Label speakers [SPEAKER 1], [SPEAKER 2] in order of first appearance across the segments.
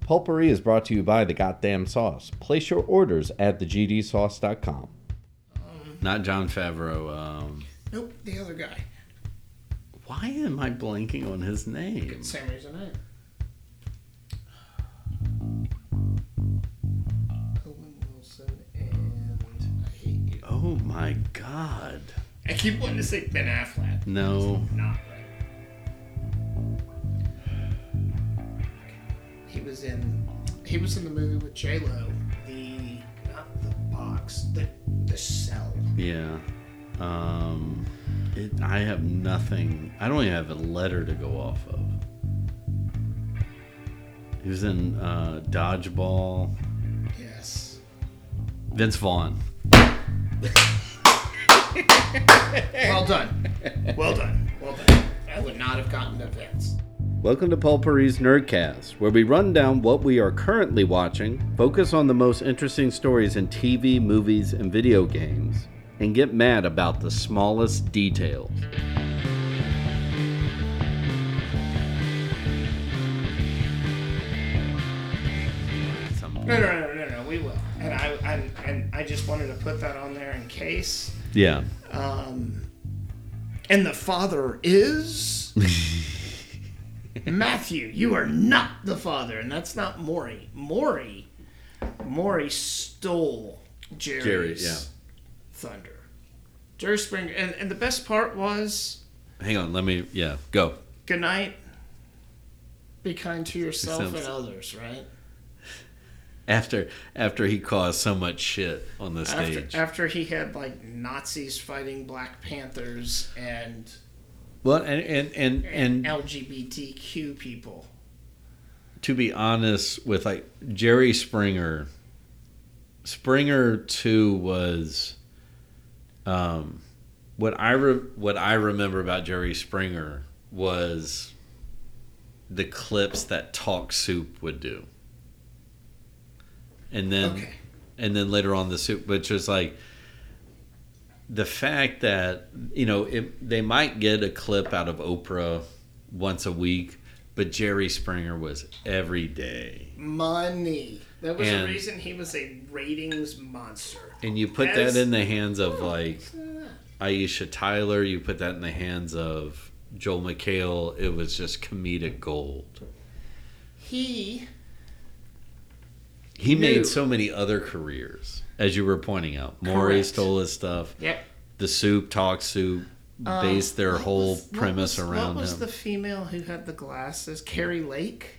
[SPEAKER 1] Pulpery is brought to you by the goddamn sauce. Place your orders at thegdsauce.com. Not John Favreau. Um,
[SPEAKER 2] Nope, the other guy.
[SPEAKER 1] why am I blanking on his name?
[SPEAKER 2] Same reason I am. Owen Wilson and I hate you.
[SPEAKER 1] Oh my god.
[SPEAKER 2] I keep wanting to say Ben Affleck.
[SPEAKER 1] No.
[SPEAKER 2] Not right. He was in. He was in the movie with J Lo. The not the box. The the cell.
[SPEAKER 1] Yeah. Um, it, I have nothing. I don't even have a letter to go off of. He was in uh, Dodgeball.
[SPEAKER 2] Yes.
[SPEAKER 1] Vince Vaughn.
[SPEAKER 2] Well done. Well done. Well done. I would not have gotten the Vince.
[SPEAKER 1] Welcome to Pulpery's Nerdcast, where we run down what we are currently watching, focus on the most interesting stories in TV, movies, and video games, and get mad about the smallest details.
[SPEAKER 2] No, no, no, no, no. We will. And I, I and I just wanted to put that on there in case.
[SPEAKER 1] Yeah.
[SPEAKER 2] Um, and the father is Matthew. You are not the father, and that's not Maury. Maury, Maury stole Jerry's
[SPEAKER 1] Jerry, yeah.
[SPEAKER 2] thunder. Jerry Springer, and, and the best part was,
[SPEAKER 1] Hang on, let me. Yeah, go.
[SPEAKER 2] good night. Be kind to yourself
[SPEAKER 1] sounds-
[SPEAKER 2] and others, right?
[SPEAKER 1] After after he caused so much shit on the
[SPEAKER 2] After,
[SPEAKER 1] stage.
[SPEAKER 2] after he had like Nazis fighting Black Panthers and
[SPEAKER 1] well, and and and, and
[SPEAKER 2] LGBTQ people.
[SPEAKER 1] to be honest with like Jerry Springer, Springer too was, um, what I re- what I remember about Jerry Springer was the clips that Talk Soup would do, and then
[SPEAKER 2] Okay.
[SPEAKER 1] and then later on the soup, which is like the fact that you know it, they might get a clip out of Oprah once a week, but Jerry Springer was every day,
[SPEAKER 2] money. That was
[SPEAKER 1] And-
[SPEAKER 2] the reason he was a ratings monster.
[SPEAKER 1] and you put
[SPEAKER 2] Yes.
[SPEAKER 1] that in the hands of like Aisha Tyler, you put that in the hands of Joel McHale. It was just comedic gold.
[SPEAKER 2] He
[SPEAKER 1] He
[SPEAKER 2] Knew.
[SPEAKER 1] made so many other careers, as you were pointing out. Maury
[SPEAKER 2] Correct.
[SPEAKER 1] stole his stuff.
[SPEAKER 2] Yep.
[SPEAKER 1] The soup talk soup
[SPEAKER 2] Uh,
[SPEAKER 1] based their whole premise around
[SPEAKER 2] What was
[SPEAKER 1] him.
[SPEAKER 2] the female who had the glasses? Carrie Lake?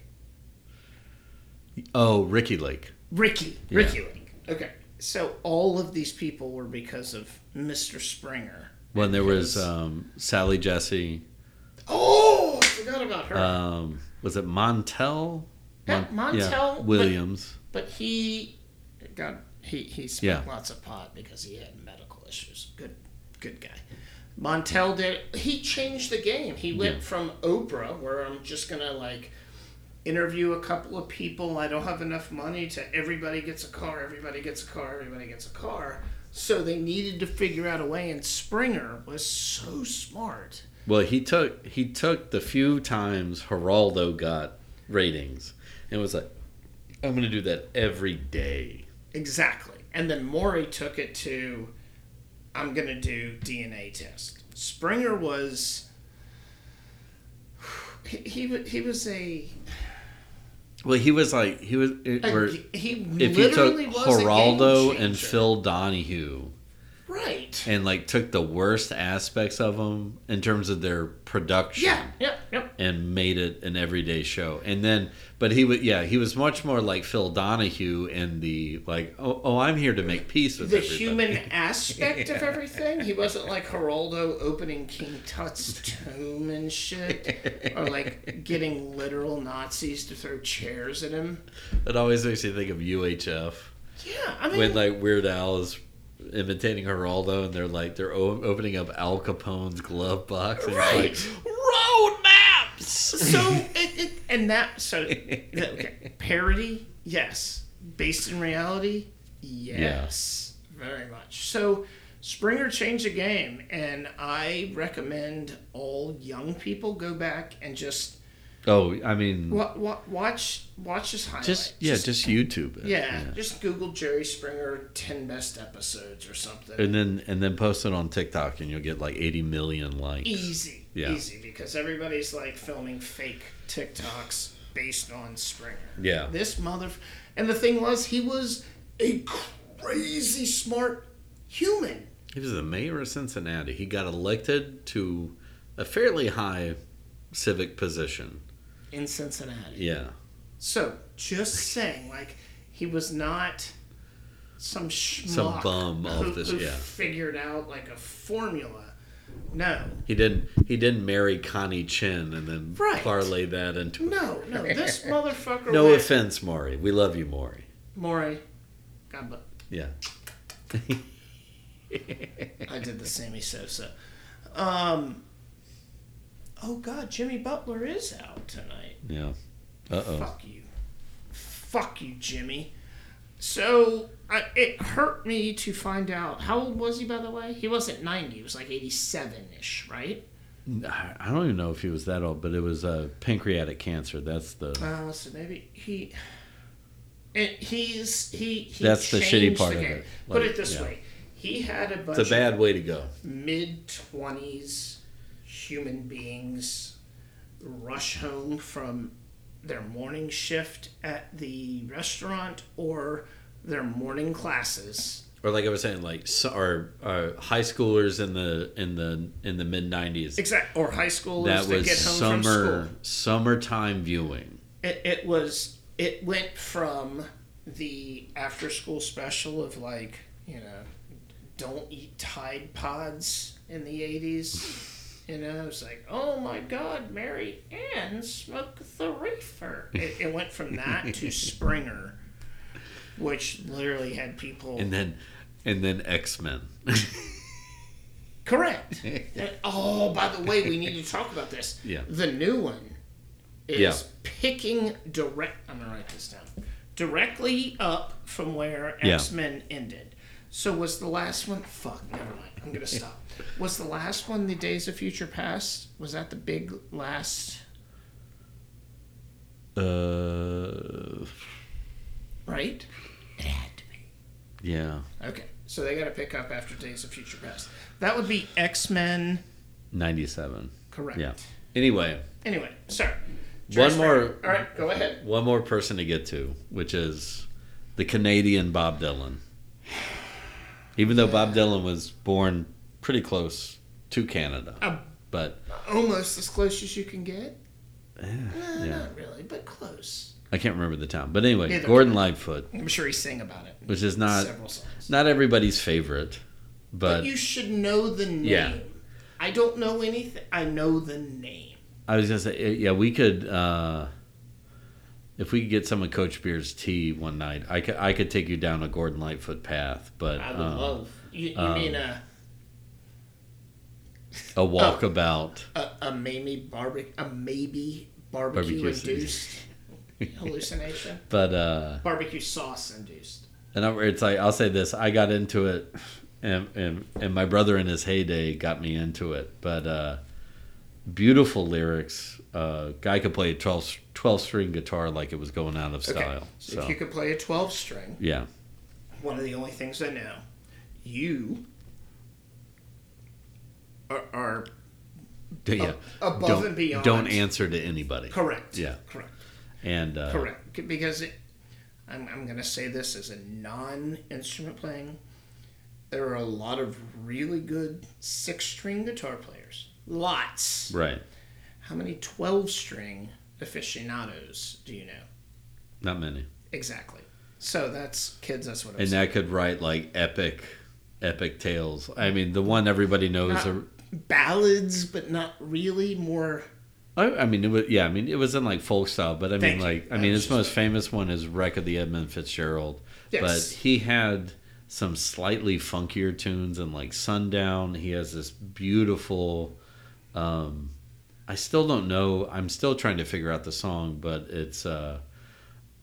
[SPEAKER 1] Oh, Ricky Lake.
[SPEAKER 2] Ricky.
[SPEAKER 1] Yeah.
[SPEAKER 2] Ricky Lake. Okay. So all of these people were because of Mr. Springer.
[SPEAKER 1] When there was
[SPEAKER 2] Yes.
[SPEAKER 1] um, Sally Jesse.
[SPEAKER 2] Oh, I forgot about her.
[SPEAKER 1] Um, was it Montel?
[SPEAKER 2] Yeah, Montel, but-
[SPEAKER 1] Williams.
[SPEAKER 2] but he got he he smoked
[SPEAKER 1] Yeah.
[SPEAKER 2] lots of pot because he had medical issues. Good good guy. Montel did he changed the game. He went from Oprah where I'm just gonna like interview a couple of people, I don't have enough money to everybody gets a car, everybody gets a car, everybody gets a car. So they needed to figure out a way and Springer was so smart.
[SPEAKER 1] Well, he took he took the few times Geraldo got ratings and was like, "I'm going to do that every day."
[SPEAKER 2] Exactly. And then Maury took it to, I'm going to do DNA test. Springer was, he, he, wa- he was a,
[SPEAKER 1] Well, he was like he was. It,
[SPEAKER 2] a-
[SPEAKER 1] where,
[SPEAKER 2] Uh, he
[SPEAKER 1] if you took
[SPEAKER 2] literally was a
[SPEAKER 1] Geraldo
[SPEAKER 2] game
[SPEAKER 1] and
[SPEAKER 2] changer.
[SPEAKER 1] Phil Donahue
[SPEAKER 2] Right.
[SPEAKER 1] and like took the worst aspects of them in terms of their production,
[SPEAKER 2] Yeah, yep, yep.
[SPEAKER 1] and made it an everyday show. And then, but he was, yeah, he was much more like Phil Donahue in the like, oh, oh I'm here to make peace with
[SPEAKER 2] The
[SPEAKER 1] everybody.
[SPEAKER 2] human aspect of everything. He wasn't like Geraldo opening King Tut's tomb and shit, or like getting literal Nazis to throw chairs at him.
[SPEAKER 1] It always makes you think of UHF
[SPEAKER 2] Yeah, I mean,
[SPEAKER 1] when like Weird Al is imitating Geraldo, and they're like they're o- opening up Al Capone's glove box, and
[SPEAKER 2] Right.
[SPEAKER 1] it's like road maps.
[SPEAKER 2] So it, it and that so okay. parody yes based in reality yes very much so Springer changed the game and I recommend all young people go back and just
[SPEAKER 1] Oh, I mean,
[SPEAKER 2] Wa- wa- watch watch his highlight.
[SPEAKER 1] just yeah, just, YouTube it.
[SPEAKER 2] yeah, just Google Jerry Springer ten best episodes or something.
[SPEAKER 1] And then and then post it on TikTok, and you'll get like 80 million likes.
[SPEAKER 2] easy,
[SPEAKER 1] Yeah.
[SPEAKER 2] easy because everybody's like filming fake TikToks based on Springer.
[SPEAKER 1] Yeah.
[SPEAKER 2] This mother, and the thing was, he was a crazy smart human.
[SPEAKER 1] He was the mayor of Cincinnati. He got elected to a fairly high civic position.
[SPEAKER 2] in Cincinnati.
[SPEAKER 1] Yeah.
[SPEAKER 2] So just saying, like he was not some schmuck
[SPEAKER 1] Some bum
[SPEAKER 2] who,
[SPEAKER 1] of this-
[SPEAKER 2] who
[SPEAKER 1] yeah.
[SPEAKER 2] figured out like a formula. No,
[SPEAKER 1] He didn't he didn't marry Connie Chin and then
[SPEAKER 2] Right.
[SPEAKER 1] parlay that into
[SPEAKER 2] no, no. This motherfucker.
[SPEAKER 1] No
[SPEAKER 2] went,
[SPEAKER 1] offense, Maury. We love you, Maury.
[SPEAKER 2] Maury. God, but
[SPEAKER 1] Yeah.
[SPEAKER 2] I did the Sammy Sosa. Um. Oh God, Jimmy Butler is out tonight.
[SPEAKER 1] Yeah. Uh oh.
[SPEAKER 2] Fuck you. Fuck you, Jimmy. So I, it hurt me to find out. How old was he, by the way? He wasn't 90. He was like 87 ish, right?
[SPEAKER 1] I I don't even know if he was that old, but it was uh, pancreatic cancer. That's the
[SPEAKER 2] Uh, so maybe he. And he's he. he
[SPEAKER 1] That's the shitty
[SPEAKER 2] changed
[SPEAKER 1] part of
[SPEAKER 2] game.
[SPEAKER 1] it.
[SPEAKER 2] Put
[SPEAKER 1] Like,
[SPEAKER 2] it this
[SPEAKER 1] yeah.
[SPEAKER 2] way: he had a bunch
[SPEAKER 1] it's a
[SPEAKER 2] of
[SPEAKER 1] bad way to go.
[SPEAKER 2] mid twenties human beings rush home from their morning shift at the restaurant or their morning classes.
[SPEAKER 1] Or like I was saying, like so, or, or high schoolers in the in the in the mid '90s.
[SPEAKER 2] Exact or high schoolers
[SPEAKER 1] that
[SPEAKER 2] that,
[SPEAKER 1] was
[SPEAKER 2] get home from
[SPEAKER 1] summer
[SPEAKER 2] school.
[SPEAKER 1] summertime viewing.
[SPEAKER 2] It, it was it went from the after school special of like you know don't eat Tide Pods in the eighties. You know, it's like, oh my God, Mary Ann, smoke the reefer. It, it went from that to Springer, which literally had people.
[SPEAKER 1] and then and then X Men.
[SPEAKER 2] Correct. And- oh, by the way, we need to talk about this.
[SPEAKER 1] Yeah.
[SPEAKER 2] The new one is
[SPEAKER 1] Yeah.
[SPEAKER 2] picking direct. I'm gonna write this down. Directly up from where
[SPEAKER 1] Yeah.
[SPEAKER 2] X Men ended. So was the last one? Fuck. Never mind. I'm gonna stop. was the last one the Days of Future Past? Was that the big last?
[SPEAKER 1] uh,
[SPEAKER 2] Right. It had to be.
[SPEAKER 1] yeah,
[SPEAKER 2] Okay. So they got to pick up after Days of Future Past. That would be X Men.
[SPEAKER 1] ninety seven.
[SPEAKER 2] Correct.
[SPEAKER 1] Yeah. Anyway,
[SPEAKER 2] Anyway, sorry.
[SPEAKER 1] One more-
[SPEAKER 2] All right, go ahead.
[SPEAKER 1] one more person to get to, which is the Canadian Bob Dylan. Even though Bob Dylan was born pretty close to Canada,
[SPEAKER 2] Um,
[SPEAKER 1] but
[SPEAKER 2] almost as close as you can get.
[SPEAKER 1] eh,
[SPEAKER 2] No,
[SPEAKER 1] yeah,
[SPEAKER 2] not really, but close.
[SPEAKER 1] I can't remember the town. But anyway,
[SPEAKER 2] Neither
[SPEAKER 1] Gordon Lightfoot,
[SPEAKER 2] I'm sure he sang about it
[SPEAKER 1] which is not
[SPEAKER 2] several songs.
[SPEAKER 1] not everybody's favorite,
[SPEAKER 2] but,
[SPEAKER 1] but
[SPEAKER 2] you should know the name.
[SPEAKER 1] Yeah.
[SPEAKER 2] I don't know anything. I know the name.
[SPEAKER 1] I was gonna say, eh, yeah, we could uh, if we could get some of Coach Beer's tea one night. I could I could take you down a Gordon Lightfoot path, but
[SPEAKER 2] I would
[SPEAKER 1] uh,
[SPEAKER 2] love. You, you mean a,
[SPEAKER 1] a walkabout.
[SPEAKER 2] a a maybe barbecue a maybe barbecue,
[SPEAKER 1] Barbecue.
[SPEAKER 2] induced hallucination?
[SPEAKER 1] But uh,
[SPEAKER 2] Barbecue sauce induced.
[SPEAKER 1] and I, it's like I'll say this: I got into it, and, and and my brother in his heyday got me into it. But uh, beautiful lyrics. Uh, guy could play a 12, 12 string guitar like it was going out of
[SPEAKER 2] Okay.
[SPEAKER 1] style.
[SPEAKER 2] So
[SPEAKER 1] So
[SPEAKER 2] if you could play a twelve string,
[SPEAKER 1] yeah,
[SPEAKER 2] one of the only things I know. You are, are
[SPEAKER 1] yeah.
[SPEAKER 2] above
[SPEAKER 1] don't,
[SPEAKER 2] and beyond.
[SPEAKER 1] Don't answer to anybody.
[SPEAKER 2] correct.
[SPEAKER 1] Yeah.
[SPEAKER 2] Correct.
[SPEAKER 1] And uh,
[SPEAKER 2] Correct. C- Because it, I'm, I'm going to say this as a non instrument playing. There are a lot of really good six string guitar players. Lots.
[SPEAKER 1] right.
[SPEAKER 2] How many 12 string aficionados do you know?
[SPEAKER 1] Not many.
[SPEAKER 2] Exactly. So that's, kids, that's what I'm
[SPEAKER 1] and
[SPEAKER 2] saying.
[SPEAKER 1] that could write like epic epic tales i mean the one everybody knows
[SPEAKER 2] Not- Ballads, but not really more.
[SPEAKER 1] I, I mean it was yeah i mean it was in like folk style but i mean
[SPEAKER 2] Thank you.
[SPEAKER 1] like i
[SPEAKER 2] That
[SPEAKER 1] mean
[SPEAKER 2] was
[SPEAKER 1] his
[SPEAKER 2] just-
[SPEAKER 1] most famous one is wreck of the edmund fitzgerald
[SPEAKER 2] Yes.
[SPEAKER 1] but he had some slightly funkier tunes and like sundown he has this beautiful um i still don't know i'm still trying to figure out the song but it's uh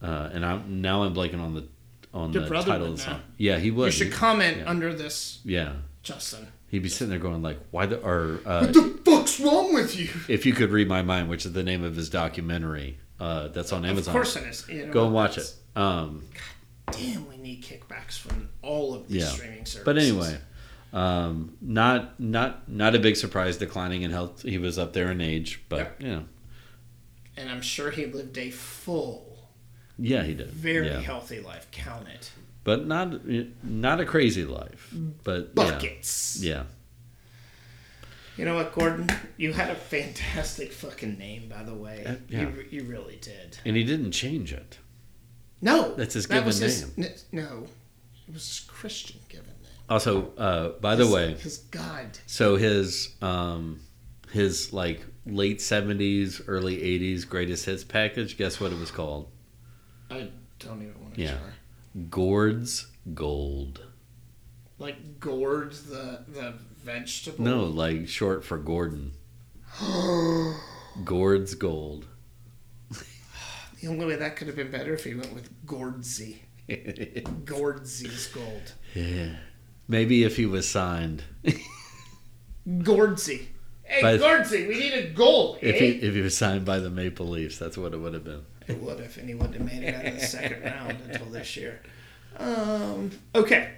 [SPEAKER 1] uh and i'm now i'm blanking on the on
[SPEAKER 2] Your
[SPEAKER 1] the
[SPEAKER 2] brother
[SPEAKER 1] title of
[SPEAKER 2] would
[SPEAKER 1] the
[SPEAKER 2] know.
[SPEAKER 1] song yeah he was
[SPEAKER 2] you should comment under this,
[SPEAKER 1] yeah
[SPEAKER 2] Justin.
[SPEAKER 1] He'd be sitting there going like, "Why the?" Or uh,
[SPEAKER 2] What the fuck's wrong with you?
[SPEAKER 1] if you could read my mind, which is the name of his documentary uh, that's on Amazon.
[SPEAKER 2] Of course it is. You know,
[SPEAKER 1] Go and watch it. Um,
[SPEAKER 2] Damn, we need kickbacks from all of these
[SPEAKER 1] Yeah.
[SPEAKER 2] streaming services.
[SPEAKER 1] but anyway, um, not not not a big surprise. Declining in health, he was up there in age, but
[SPEAKER 2] Yep.
[SPEAKER 1] you know,
[SPEAKER 2] and I'm sure he lived a full,
[SPEAKER 1] yeah, he did.
[SPEAKER 2] very
[SPEAKER 1] yeah.
[SPEAKER 2] healthy life. Count it.
[SPEAKER 1] but not not a crazy life. But yeah,
[SPEAKER 2] Buckets.
[SPEAKER 1] yeah,
[SPEAKER 2] You know what, Gordon? You had a fantastic fucking name, by the way.
[SPEAKER 1] Uh, yeah.
[SPEAKER 2] you, you really did.
[SPEAKER 1] and he didn't change it.
[SPEAKER 2] No,
[SPEAKER 1] That's his
[SPEAKER 2] that
[SPEAKER 1] given
[SPEAKER 2] was his- n- no, it was his Christian given name.
[SPEAKER 1] Also, uh, by the
[SPEAKER 2] His-
[SPEAKER 1] way,
[SPEAKER 2] his God.
[SPEAKER 1] So his um his like late seventies, early eighties greatest hits package, guess what it was called?
[SPEAKER 2] I don't even want to
[SPEAKER 1] Yeah.
[SPEAKER 2] try.
[SPEAKER 1] Gourds Gold.
[SPEAKER 2] Like gourd the the vegetable.
[SPEAKER 1] No, like short for Gordon. Gourds Gold.
[SPEAKER 2] The only way that could have been better if he went with Gordsey. Gordzy's gold.
[SPEAKER 1] yeah. Maybe if he was signed.
[SPEAKER 2] Gordsey. Hey
[SPEAKER 1] But-
[SPEAKER 2] Gordsey, we need a gold.
[SPEAKER 1] If
[SPEAKER 2] eh?
[SPEAKER 1] he if he was signed by the Maple Leafs, that's what it would have been.
[SPEAKER 2] It would if, and he wouldn't have made it out of the second round until this year. Um, okay.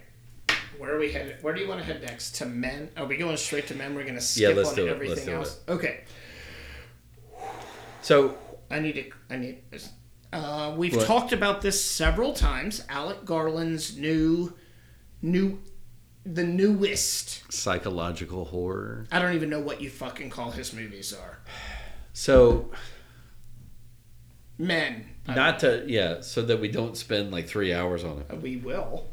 [SPEAKER 2] Where are we headed? Where do you want to head next? To men? Are we going straight to men? We're going to skip
[SPEAKER 1] let's
[SPEAKER 2] on
[SPEAKER 1] do it. Let's
[SPEAKER 2] everything
[SPEAKER 1] do
[SPEAKER 2] else. Okay.
[SPEAKER 1] So
[SPEAKER 2] I need to. I need. Uh, we've
[SPEAKER 1] What?
[SPEAKER 2] talked about this several times. Alec Garland's new, new, the newest.
[SPEAKER 1] psychological horror.
[SPEAKER 2] I don't even know what you fucking call his movies are.
[SPEAKER 1] So
[SPEAKER 2] Men. Uh,
[SPEAKER 1] not to yeah, so that we don't spend like three hours on it.
[SPEAKER 2] we will.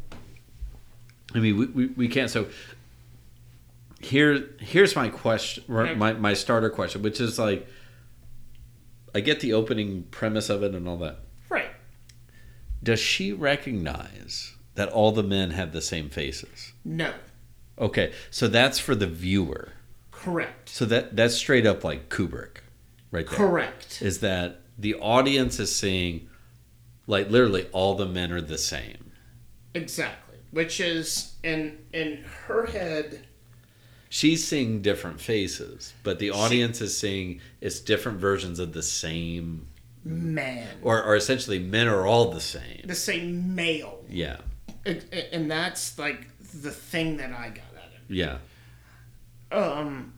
[SPEAKER 1] I mean, we, we, we can't. So here here's my question, or my my starter question, which is like, I get the opening premise of it and all that.
[SPEAKER 2] Right.
[SPEAKER 1] Does she recognize that all the men have the same faces?
[SPEAKER 2] No.
[SPEAKER 1] Okay, so that's for the viewer.
[SPEAKER 2] Correct.
[SPEAKER 1] So that that's straight up like Kubrick, right there.
[SPEAKER 2] Correct.
[SPEAKER 1] Is that the audience is seeing, like literally all the men are the same.
[SPEAKER 2] Exactly. Which is in in her head
[SPEAKER 1] she's seeing different faces, but the audience is seeing it's different versions of the same,
[SPEAKER 2] man.
[SPEAKER 1] or, or essentially men are all the same.
[SPEAKER 2] The same male.
[SPEAKER 1] Yeah,
[SPEAKER 2] And- And that's like the thing that I got out of
[SPEAKER 1] yeah.
[SPEAKER 2] it. Um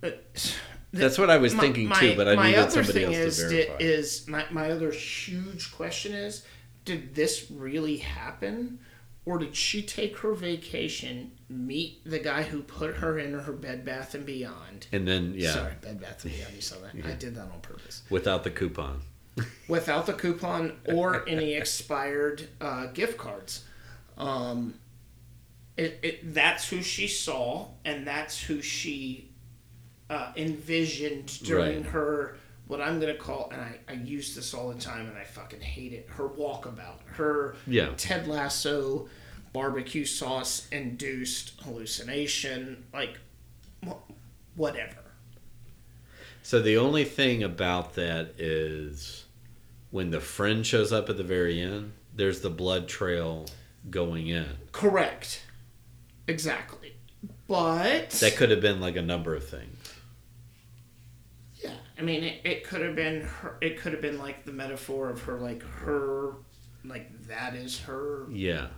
[SPEAKER 2] but-
[SPEAKER 1] That's what I was thinking too, but I needed somebody else
[SPEAKER 2] is,
[SPEAKER 1] to
[SPEAKER 2] did-
[SPEAKER 1] verify.
[SPEAKER 2] is my, my other huge question is did this really happen or did she take her vacation meet the guy who put her in her bed bath and beyond
[SPEAKER 1] and then yeah,
[SPEAKER 2] sorry bed bath and beyond you saw that i did that on purpose
[SPEAKER 1] without the coupon.
[SPEAKER 2] without the coupon or any expired uh, gift cards. Um, it, it, that's who she saw, and that's who she uh, envisioned during
[SPEAKER 1] Right.
[SPEAKER 2] her what I'm gonna call, and I, I use this all the time, and I fucking hate it. Her walkabout, her
[SPEAKER 1] Yeah.
[SPEAKER 2] Ted Lasso barbecue sauce induced hallucination, like wh- whatever.
[SPEAKER 1] So the only thing about that is when the friend shows up at the very end, there's the blood trail going in.
[SPEAKER 2] Correct, exactly. But
[SPEAKER 1] That could have been like a number of things.
[SPEAKER 2] Yeah, I mean, it, it could have been her. It could have been like the metaphor of her, like her, like that is her.
[SPEAKER 1] Yeah.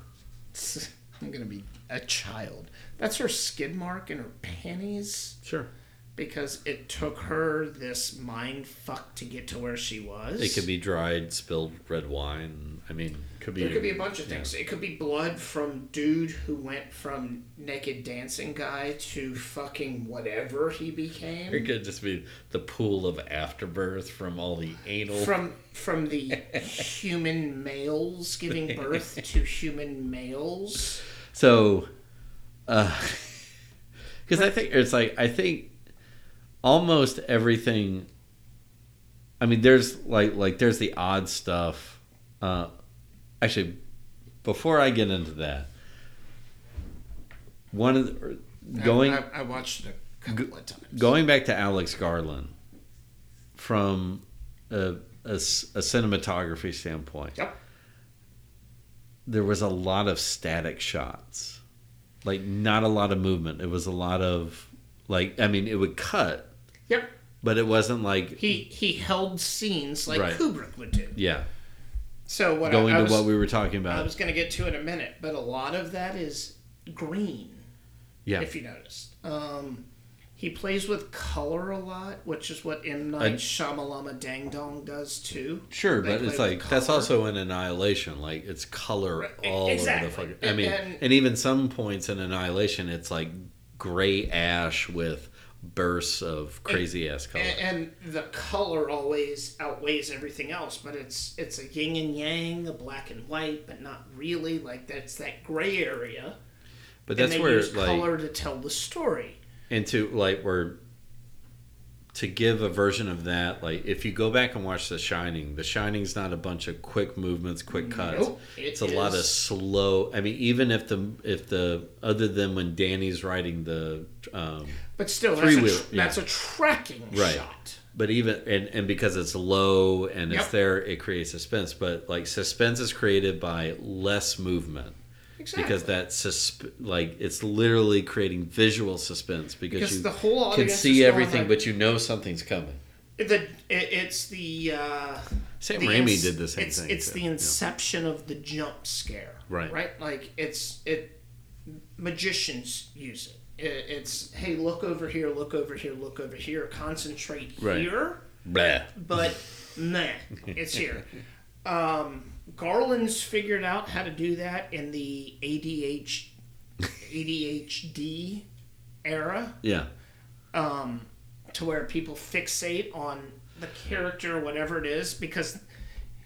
[SPEAKER 2] I'm gonna be a child. That's her skid mark in her panties
[SPEAKER 1] Sure.
[SPEAKER 2] because it took her this mind fuck to get to where she was.
[SPEAKER 1] It could be dried, spilled red wine. I mean, could be.
[SPEAKER 2] There could be a bunch of things. It could be blood from dude who went from naked dancing guy to fucking whatever he became.
[SPEAKER 1] It could just be the pool of afterbirth from all the anal.
[SPEAKER 2] from from the human males giving birth to human males.
[SPEAKER 1] so, because I think it's like I think almost everything. I mean, there's like like there's the odd stuff. Uh, actually, before I get into that, one of the, going
[SPEAKER 2] I, I watched it a couple of times.
[SPEAKER 1] going back to Alex Garland from a, a s- a cinematography standpoint,
[SPEAKER 2] Yep.
[SPEAKER 1] there was a lot of static shots. like not a lot of movement. It was a lot of like I mean it would cut,
[SPEAKER 2] Yep.
[SPEAKER 1] but it wasn't like
[SPEAKER 2] He he held scenes like
[SPEAKER 1] Right.
[SPEAKER 2] Kubrick would do.
[SPEAKER 1] yeah.
[SPEAKER 2] So what
[SPEAKER 1] Going
[SPEAKER 2] I, I
[SPEAKER 1] to
[SPEAKER 2] was,
[SPEAKER 1] what we were talking
[SPEAKER 2] I
[SPEAKER 1] about.
[SPEAKER 2] was going to get to in a minute, but a lot of that is green.
[SPEAKER 1] yeah.
[SPEAKER 2] if you noticed. Um, he plays with color a lot, which is what M Night
[SPEAKER 1] I-
[SPEAKER 2] Shyamalama Dang Dong does too.
[SPEAKER 1] Sure,
[SPEAKER 2] They
[SPEAKER 1] but
[SPEAKER 2] play
[SPEAKER 1] it's
[SPEAKER 2] with
[SPEAKER 1] like that's
[SPEAKER 2] color.
[SPEAKER 1] also in Annihilation. Like it's color
[SPEAKER 2] Right, e-,
[SPEAKER 1] all
[SPEAKER 2] exactly.
[SPEAKER 1] over the fucking. I mean,
[SPEAKER 2] And-
[SPEAKER 1] and, even some points in Annihilation, it's like gray ash with bursts of crazy ass color.
[SPEAKER 2] And, and the color always outweighs everything else, but it's it's a yin and yang, a black and white, but not really. Like that's that gray area.
[SPEAKER 1] but
[SPEAKER 2] and
[SPEAKER 1] that's
[SPEAKER 2] they
[SPEAKER 1] where
[SPEAKER 2] use
[SPEAKER 1] like
[SPEAKER 2] color to tell the story.
[SPEAKER 1] and to like where to give a version of that like if you go back and watch the shining the shining's not a bunch of quick movements quick cuts
[SPEAKER 2] Nope, it
[SPEAKER 1] it's a lot of
[SPEAKER 2] is-
[SPEAKER 1] slow i mean even if the if the other than when danny's riding the um
[SPEAKER 2] But still, that's,
[SPEAKER 1] Three
[SPEAKER 2] a,
[SPEAKER 1] wheel,
[SPEAKER 2] tr-
[SPEAKER 1] yeah.
[SPEAKER 2] that's a tracking
[SPEAKER 1] Right.
[SPEAKER 2] shot.
[SPEAKER 1] but even and, and because it's low and it's
[SPEAKER 2] Yep.
[SPEAKER 1] there it creates suspense but like suspense is created by less movement
[SPEAKER 2] Exactly.
[SPEAKER 1] because that susp- like it's literally creating visual suspense because,
[SPEAKER 2] Because
[SPEAKER 1] you
[SPEAKER 2] the whole
[SPEAKER 1] can
[SPEAKER 2] audience is
[SPEAKER 1] see
[SPEAKER 2] going
[SPEAKER 1] everything
[SPEAKER 2] like-
[SPEAKER 1] but you know something's coming
[SPEAKER 2] the it, it's the uh,
[SPEAKER 1] Sam
[SPEAKER 2] the
[SPEAKER 1] Raimi
[SPEAKER 2] ins-
[SPEAKER 1] did the same
[SPEAKER 2] it's,
[SPEAKER 1] thing.
[SPEAKER 2] It's
[SPEAKER 1] too.
[SPEAKER 2] the inception of the jump scare,
[SPEAKER 1] Right.
[SPEAKER 2] Right, like it's it. Magicians use it. it it's hey, look over here, look over here, look over here. Concentrate
[SPEAKER 1] Right.
[SPEAKER 2] here,
[SPEAKER 1] Bleh.
[SPEAKER 2] but meh, it's here. Um, Garland's figured out how to do that in the ADH, ADHD era
[SPEAKER 1] Yeah.
[SPEAKER 2] um, to where people fixate on the character, whatever it is, because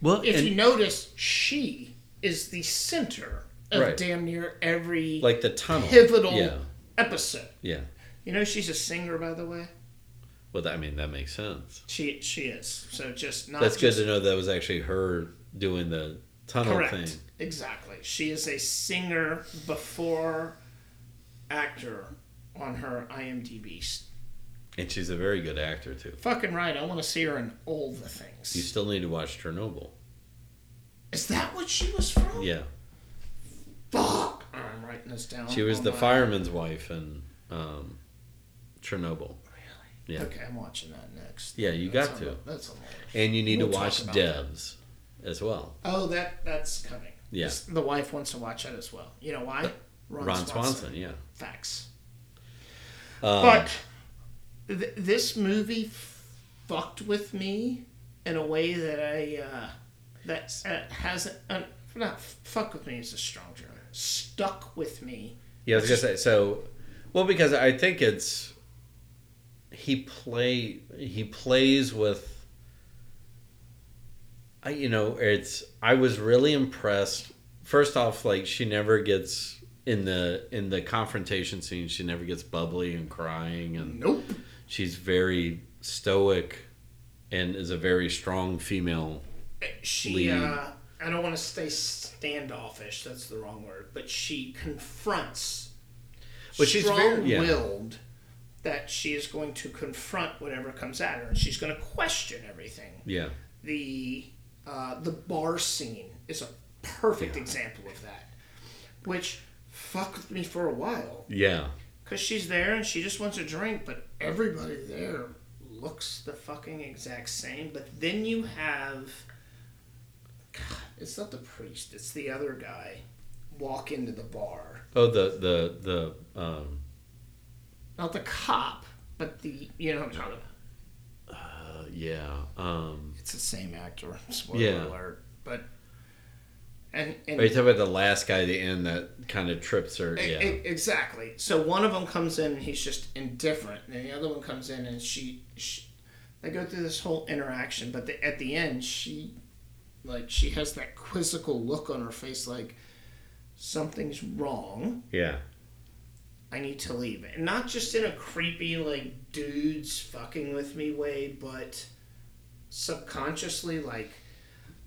[SPEAKER 1] Well,
[SPEAKER 2] if
[SPEAKER 1] and
[SPEAKER 2] you notice, she is the center of
[SPEAKER 1] Right.
[SPEAKER 2] damn near every
[SPEAKER 1] like the tunnel.
[SPEAKER 2] pivotal
[SPEAKER 1] Yeah.
[SPEAKER 2] episode.
[SPEAKER 1] Yeah.
[SPEAKER 2] You know, she's a singer, by the way.
[SPEAKER 1] Well, that, I mean that makes sense.
[SPEAKER 2] She she is. So just not
[SPEAKER 1] That's good
[SPEAKER 2] just,
[SPEAKER 1] to know that was actually her doing the tunnel
[SPEAKER 2] Correct.
[SPEAKER 1] thing.
[SPEAKER 2] Exactly. She is a singer before actor on her IMDb.
[SPEAKER 1] And she's a very good actor too.
[SPEAKER 2] Fucking right. I want to see her in all the
[SPEAKER 1] You
[SPEAKER 2] things.
[SPEAKER 1] still need to watch Chernobyl.
[SPEAKER 2] Is that what she was from?
[SPEAKER 1] Yeah.
[SPEAKER 2] Fuck. I'm writing this down.
[SPEAKER 1] She was
[SPEAKER 2] on
[SPEAKER 1] the
[SPEAKER 2] my-
[SPEAKER 1] fireman's wife in um, Chernobyl. Yeah.
[SPEAKER 2] Okay, I'm watching that next.
[SPEAKER 1] Yeah, you
[SPEAKER 2] That's
[SPEAKER 1] got
[SPEAKER 2] on
[SPEAKER 1] to.
[SPEAKER 2] the- that's on the list.
[SPEAKER 1] And you need
[SPEAKER 2] We'll
[SPEAKER 1] to
[SPEAKER 2] talk
[SPEAKER 1] watch
[SPEAKER 2] about
[SPEAKER 1] Devs as well.
[SPEAKER 2] Oh, that that's coming.
[SPEAKER 1] Yeah. Uh,
[SPEAKER 2] This- the wife wants to watch that as well. You know why?
[SPEAKER 1] Ron, Swanson. yeah.
[SPEAKER 2] Facts.
[SPEAKER 1] Um,
[SPEAKER 2] but th- this movie fucked with me in a way that I uh, that uh, hasn't uh, not fuck with me is a strong term. Stuck with me.
[SPEAKER 1] Yeah, I was gonna say so. Well, because I think it's he play he plays with. I you know it's I was really impressed. First off, like she never gets in the in the confrontation scene. She never gets bubbly and crying, and
[SPEAKER 2] Nope.
[SPEAKER 1] she's very stoic, and is a very strong female.
[SPEAKER 2] She.
[SPEAKER 1] Lead.
[SPEAKER 2] Uh, I don't want to stay standoffish. That's the wrong word. But she confronts
[SPEAKER 1] But she's very yeah.
[SPEAKER 2] strong-willed that she is going to confront whatever comes at her, and she's going to question everything.
[SPEAKER 1] yeah.
[SPEAKER 2] The uh, the bar scene is a perfect example of that, which fucked with me for a while
[SPEAKER 1] Yeah.
[SPEAKER 2] because she's there and she just wants a drink, but everybody there looks the fucking exact same. But then you have, God, it's not the priest; it's the other guy walk into the bar.
[SPEAKER 1] Oh, the the the um,
[SPEAKER 2] not the cop, but the you know what I'm talking about.
[SPEAKER 1] uh, yeah um.
[SPEAKER 2] It's the same actor. Spoiler
[SPEAKER 1] Yeah.
[SPEAKER 2] alert. But and and
[SPEAKER 1] Are you talking about the last guy at the end that kind of trips her?
[SPEAKER 2] e-
[SPEAKER 1] Yeah.
[SPEAKER 2] e- exactly. So one of them comes in and he's just indifferent, and the other one comes in and she, she they go through this whole interaction, but the, at the end she like she has that quizzical look on her face, like something's wrong.
[SPEAKER 1] yeah.
[SPEAKER 2] I need to leave. And not just in a creepy, like, dudes fucking with me way, but subconsciously, like,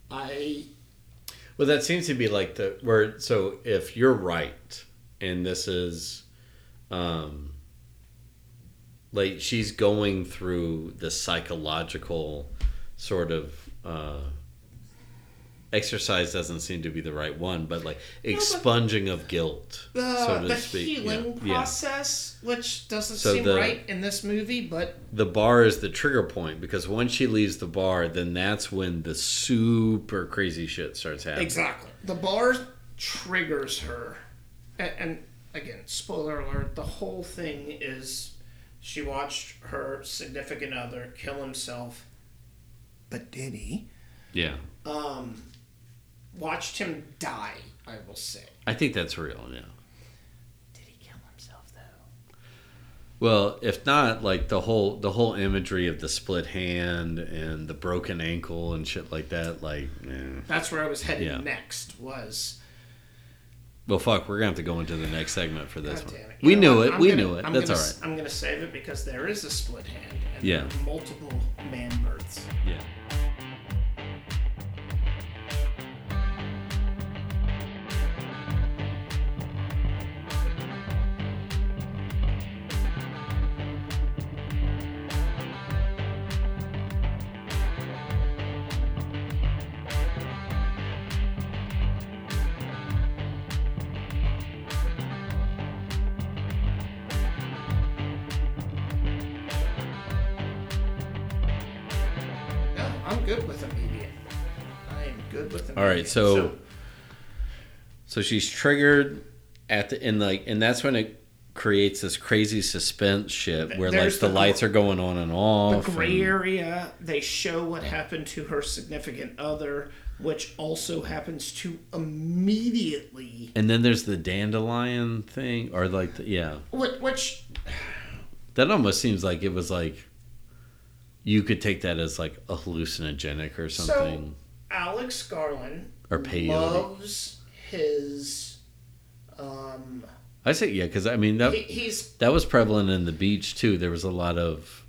[SPEAKER 2] I.
[SPEAKER 1] Well, that seems to be like the where. So if you're right, and this is, um, like she's going through the psychological sort of uh, exercise doesn't seem to be the right one, but like expunging of guilt,
[SPEAKER 2] the,
[SPEAKER 1] so to
[SPEAKER 2] uh, the
[SPEAKER 1] speak. Yeah.
[SPEAKER 2] healing
[SPEAKER 1] Yeah.
[SPEAKER 2] process, which doesn't
[SPEAKER 1] So
[SPEAKER 2] seem
[SPEAKER 1] the-
[SPEAKER 2] right in this movie, but
[SPEAKER 1] The bar is the trigger point because once she leaves the bar, then that's when the super crazy shit starts happening.
[SPEAKER 2] exactly the bar triggers her, and, and again, spoiler alert: the whole thing is she watched her significant other kill himself, but did he?
[SPEAKER 1] Yeah.
[SPEAKER 2] Um, watched him die. I will say,
[SPEAKER 1] I think that's real, yeah.
[SPEAKER 2] did he kill himself though?
[SPEAKER 1] Well, if not, like the whole the whole imagery of the split hand and the broken ankle and shit like that, like eh.
[SPEAKER 2] That's where I was headed
[SPEAKER 1] Yeah.
[SPEAKER 2] next. Was
[SPEAKER 1] Well fuck, we're gonna have to go into the next segment for this
[SPEAKER 2] God
[SPEAKER 1] one.
[SPEAKER 2] damn it.
[SPEAKER 1] We
[SPEAKER 2] You know
[SPEAKER 1] knew
[SPEAKER 2] what?
[SPEAKER 1] it,
[SPEAKER 2] I'm
[SPEAKER 1] we
[SPEAKER 2] gonna-
[SPEAKER 1] knew it.
[SPEAKER 2] I'm
[SPEAKER 1] that's
[SPEAKER 2] gonna,
[SPEAKER 1] all right.
[SPEAKER 2] s- I'm going to save it because there is a split hand. And
[SPEAKER 1] Yeah.
[SPEAKER 2] there are multiple man birds.
[SPEAKER 1] Yeah.
[SPEAKER 2] No, I'm good with immediate. I am good with immediate.
[SPEAKER 1] All right, so, so she's triggered at the and like and that's when it creates this crazy suspense shit where like
[SPEAKER 2] There's
[SPEAKER 1] the,
[SPEAKER 2] the
[SPEAKER 1] lights are going on and off.
[SPEAKER 2] the gray
[SPEAKER 1] and-
[SPEAKER 2] area, they show what happened to her significant other, which also happens to immediately.
[SPEAKER 1] and then there's the dandelion thing or like the, yeah.
[SPEAKER 2] Which, which
[SPEAKER 1] That almost seems like it was like you could take that as like a hallucinogenic or something.
[SPEAKER 2] Alex Garland
[SPEAKER 1] Or peyote.
[SPEAKER 2] loves his. Um,
[SPEAKER 1] I say yeah, because I mean that
[SPEAKER 2] he, he's
[SPEAKER 1] that was prevalent in the beach too. There was a lot of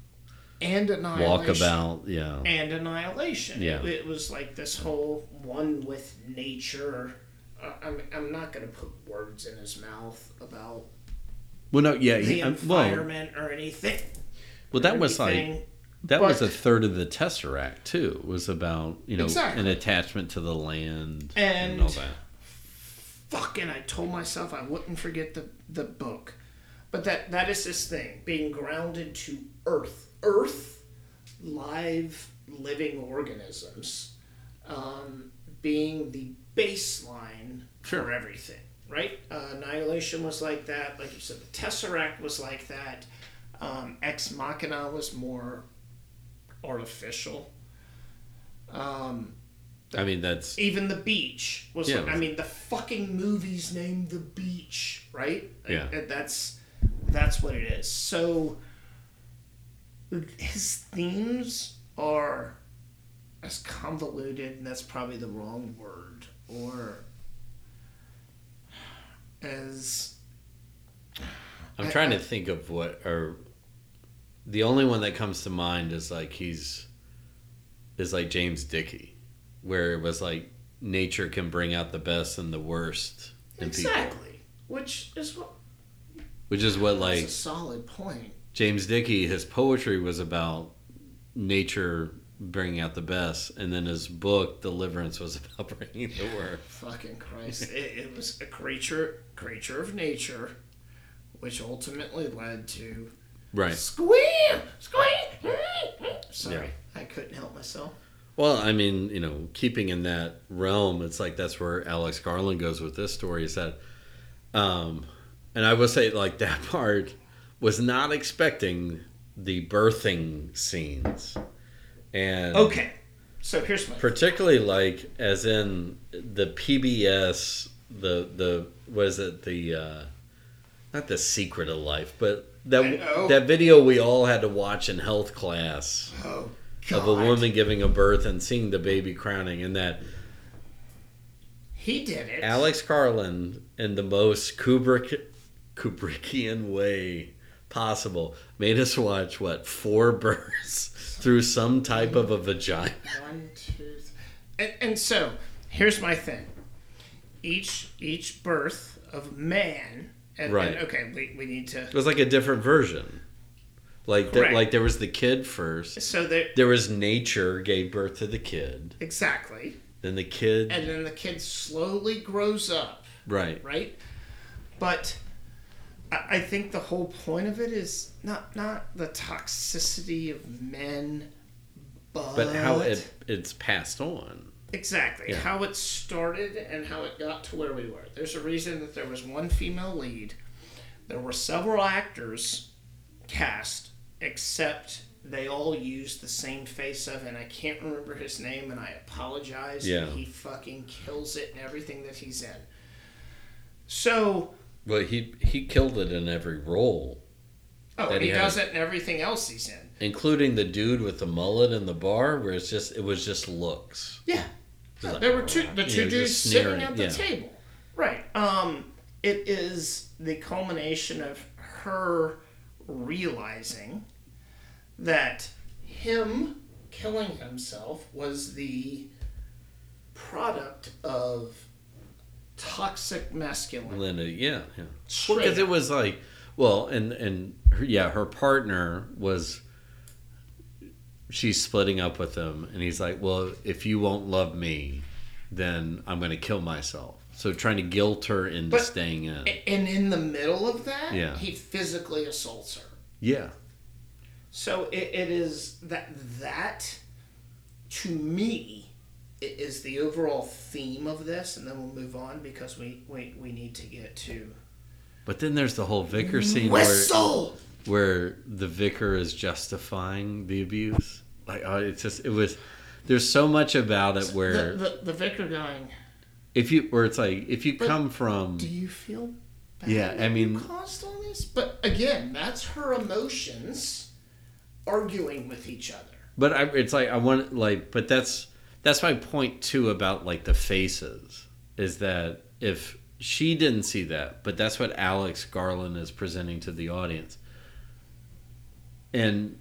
[SPEAKER 2] and annihilation.
[SPEAKER 1] walkabout. Yeah,
[SPEAKER 2] and annihilation.
[SPEAKER 1] Yeah.
[SPEAKER 2] It, it was like this whole one with nature. Uh, I'm, I'm not going to put words in his mouth about
[SPEAKER 1] well, no, yeah,
[SPEAKER 2] the
[SPEAKER 1] he, um, well,
[SPEAKER 2] environment or anything.
[SPEAKER 1] well, that was like
[SPEAKER 2] Anything.
[SPEAKER 1] that was
[SPEAKER 2] but-
[SPEAKER 1] a third of the Tesseract too. Was about you know an
[SPEAKER 2] Exactly.
[SPEAKER 1] attachment to the land
[SPEAKER 2] And-
[SPEAKER 1] all that.
[SPEAKER 2] fucking I told myself I wouldn't forget the, the book. But that that is this thing, being grounded to earth. Earth live living organisms um, being the baseline for everything, right? Uh, Annihilation was like that, like you said, the Tesseract was like that. Um, Ex Machina was more artificial. Um,
[SPEAKER 1] I mean that's
[SPEAKER 2] even the beach was.
[SPEAKER 1] Yeah.
[SPEAKER 2] I mean, the fucking movie's named The Beach, right?
[SPEAKER 1] Yeah.
[SPEAKER 2] And that's that's what it is. So his themes are as convoluted, and that's probably the wrong word, or as
[SPEAKER 1] I'm trying to think of what or the only one that comes to mind is like he's is like James Dickey, where it was like nature can bring out the best and the worst in people,
[SPEAKER 2] exactly, which is what
[SPEAKER 1] which is what
[SPEAKER 2] that's
[SPEAKER 1] like
[SPEAKER 2] a solid point.
[SPEAKER 1] James Dickey his poetry was about nature bringing out the best, and then his book Deliverance was about bringing the worst.
[SPEAKER 2] Fucking Christ. it, it was a creature creature of nature, which ultimately led to
[SPEAKER 1] Right.
[SPEAKER 2] squeam! Squeam! Hmm, Sorry. I couldn't help myself.
[SPEAKER 1] Well, I mean, you know, keeping in that realm, it's like that's where Alex Garland goes with this story is that, um, and I will say, like, that part was not expecting the birthing scenes. And
[SPEAKER 2] Okay. So here's my
[SPEAKER 1] particularly like as in the PBS, the, the, was it the, uh, not the secret of life, but
[SPEAKER 2] I
[SPEAKER 1] that,
[SPEAKER 2] know.
[SPEAKER 1] that video we all had to watch in health class
[SPEAKER 2] Oh
[SPEAKER 1] of a
[SPEAKER 2] God.
[SPEAKER 1] woman giving a birth and seeing the baby crowning, and that
[SPEAKER 2] He did it.
[SPEAKER 1] Alex Garland, in the most Kubrick Kubrickian way possible, made us watch what four births through some type of a vagina.
[SPEAKER 2] One, two, three. And, and so here's my thing. Each each birth of man and,
[SPEAKER 1] Right.
[SPEAKER 2] and okay, we, we need to
[SPEAKER 1] It was like a different version. Like there,
[SPEAKER 2] Correct.
[SPEAKER 1] like there was the kid first.
[SPEAKER 2] so there
[SPEAKER 1] There was nature gave birth to the kid,
[SPEAKER 2] exactly.
[SPEAKER 1] Then the kid,
[SPEAKER 2] and then the kid slowly grows up,
[SPEAKER 1] right?
[SPEAKER 2] right? But I, I think the whole point of it is not not the toxicity of men, but,
[SPEAKER 1] But how it it's passed on,
[SPEAKER 2] exactly
[SPEAKER 1] Yeah.
[SPEAKER 2] how it started and how it got to where we were. There's a reason that there was one female lead. There were several actors cast, except they all used the same face of, and I can't remember his name, and I apologize.
[SPEAKER 1] Yeah.
[SPEAKER 2] He fucking kills it in everything that he's in. So,
[SPEAKER 1] but he he killed it in every role,
[SPEAKER 2] oh,
[SPEAKER 1] That
[SPEAKER 2] and
[SPEAKER 1] he
[SPEAKER 2] he,
[SPEAKER 1] had
[SPEAKER 2] does it in everything else he's in.
[SPEAKER 1] including the dude with the mullet in the bar, where it's just it was just looks.
[SPEAKER 2] Yeah.
[SPEAKER 1] Just like,
[SPEAKER 2] there were two the
[SPEAKER 1] you
[SPEAKER 2] two
[SPEAKER 1] know, just
[SPEAKER 2] dudes
[SPEAKER 1] sneering,
[SPEAKER 2] sitting at the
[SPEAKER 1] yeah.
[SPEAKER 2] table. Right. Um it is the culmination of her realizing that him killing himself was the product of toxic masculinity.
[SPEAKER 1] Linda, uh, yeah, yeah. Well,
[SPEAKER 2] Straight
[SPEAKER 1] because it
[SPEAKER 2] up.
[SPEAKER 1] was like, well, and and her, yeah, her partner was. She's splitting up with him, and he's like, "Well, if you won't love me, then I'm going to kill myself." So trying to guilt her into
[SPEAKER 2] But-
[SPEAKER 1] staying in.
[SPEAKER 2] A- and in the middle of that,
[SPEAKER 1] Yeah.
[SPEAKER 2] he physically assaults her.
[SPEAKER 1] yeah,
[SPEAKER 2] So it, it is that that to me i- is the overall theme of this, and then we'll move on because we we, we need to get to
[SPEAKER 1] but then there's the whole vicar scene where
[SPEAKER 2] whistle.
[SPEAKER 1] where the vicar is justifying the abuse. Like, oh, it's just it was. There's so much about it
[SPEAKER 2] The,
[SPEAKER 1] where
[SPEAKER 2] the the vicar going.
[SPEAKER 1] if you where it's like if you
[SPEAKER 2] But
[SPEAKER 1] come from
[SPEAKER 2] Do you feel? Bad
[SPEAKER 1] Yeah, I
[SPEAKER 2] that you
[SPEAKER 1] mean-
[SPEAKER 2] caused all this, but again, that's her emotions arguing with each other.
[SPEAKER 1] But I, it's like I want like, but that's that's my point too about like the faces is that if she didn't see that, but that's what Alex Garland is presenting to the audience, and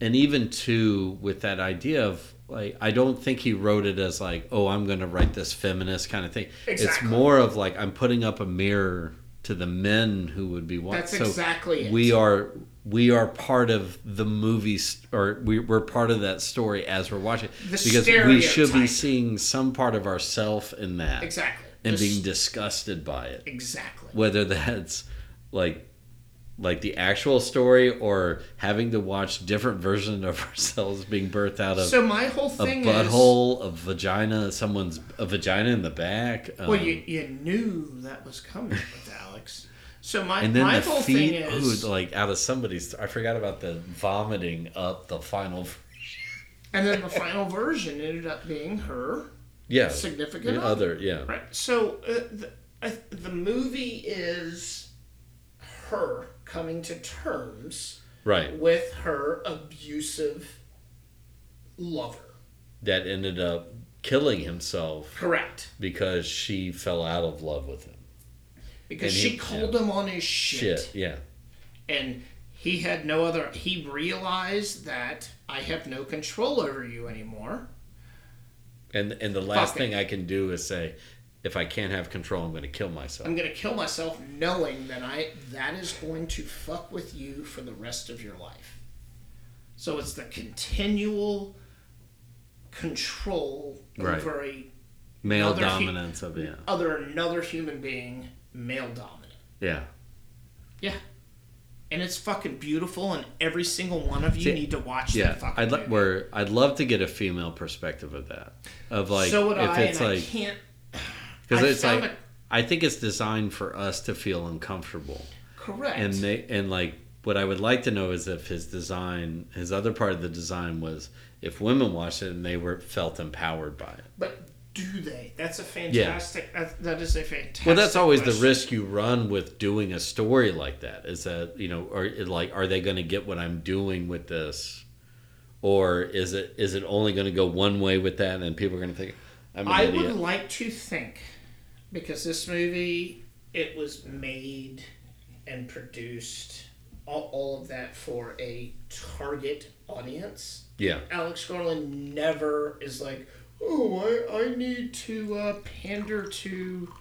[SPEAKER 1] and even too with that idea of like I don't think he wrote it as like oh I'm going to write this feminist kind of thing. It's
[SPEAKER 2] Exactly.
[SPEAKER 1] more of like I'm putting up a mirror to the men who would be watching.
[SPEAKER 2] That's exactly it.
[SPEAKER 1] we are we are part of the movie st- or we, we're part of that story as we're watching
[SPEAKER 2] The
[SPEAKER 1] because we should be
[SPEAKER 2] stereotype.
[SPEAKER 1] seeing some part of ourself in that
[SPEAKER 2] exactly
[SPEAKER 1] and
[SPEAKER 2] This-
[SPEAKER 1] being disgusted by it
[SPEAKER 2] exactly
[SPEAKER 1] whether that's like like the actual story or having to watch different versions of ourselves being birthed out of
[SPEAKER 2] So my whole
[SPEAKER 1] a
[SPEAKER 2] thing is
[SPEAKER 1] butthole a vagina someone's a vagina in the back um,
[SPEAKER 2] well, you you knew that was coming with Alex. So my
[SPEAKER 1] um, and then
[SPEAKER 2] my
[SPEAKER 1] the
[SPEAKER 2] whole
[SPEAKER 1] feet
[SPEAKER 2] thing is
[SPEAKER 1] ooh, like out of somebody's i forgot about the vomiting up the final
[SPEAKER 2] And then the final version ended up being her
[SPEAKER 1] yeah
[SPEAKER 2] significant other.
[SPEAKER 1] other yeah
[SPEAKER 2] Right. So uh, the, I the movie is her coming to terms
[SPEAKER 1] right
[SPEAKER 2] with her abusive lover.
[SPEAKER 1] that ended up killing himself
[SPEAKER 2] Correct.
[SPEAKER 1] because she fell out of love with him And
[SPEAKER 2] Because she
[SPEAKER 1] he-
[SPEAKER 2] called him on his
[SPEAKER 1] shit, yeah
[SPEAKER 2] and he had no other he realized that I have no control over you anymore.
[SPEAKER 1] and and the last
[SPEAKER 2] Fuck it.
[SPEAKER 1] thing i can do is say if i can't have control i'm going to kill myself
[SPEAKER 2] I'm gonna kill myself knowing that I that is going to fuck with you for the rest of your life. So it's the continual control
[SPEAKER 1] Right.
[SPEAKER 2] over a
[SPEAKER 1] male
[SPEAKER 2] Another he-
[SPEAKER 1] dominance of yeah
[SPEAKER 2] other another human being, male dominant.
[SPEAKER 1] yeah
[SPEAKER 2] Yeah. And it's fucking beautiful and every single one of you
[SPEAKER 1] See,
[SPEAKER 2] need to watch
[SPEAKER 1] yeah
[SPEAKER 2] that fucking
[SPEAKER 1] i'd lo-
[SPEAKER 2] movie.
[SPEAKER 1] where i'd love to get a female perspective of that of like
[SPEAKER 2] so would
[SPEAKER 1] if
[SPEAKER 2] I
[SPEAKER 1] it's
[SPEAKER 2] and I
[SPEAKER 1] like
[SPEAKER 2] can't
[SPEAKER 1] because
[SPEAKER 2] I
[SPEAKER 1] it's
[SPEAKER 2] found
[SPEAKER 1] like
[SPEAKER 2] it-
[SPEAKER 1] I think it's designed for us to feel uncomfortable
[SPEAKER 2] correct.
[SPEAKER 1] and they and like what I would like to know is if his design his other part of the design was if women watched it and they were felt empowered by it
[SPEAKER 2] but do they? That's a fantastic that, that is a fantastic
[SPEAKER 1] well that's always
[SPEAKER 2] question.
[SPEAKER 1] the risk you run with doing a story like that is that you know are like are they going to get what I'm doing with this or is it is it only going to go one way with that and then people are going to think I'm an
[SPEAKER 2] I
[SPEAKER 1] idiot
[SPEAKER 2] would like to think because this movie it was made and produced all, all of that for a target audience.
[SPEAKER 1] yeah
[SPEAKER 2] Alex Garland never is like, oh, I, I need to uh, pander to,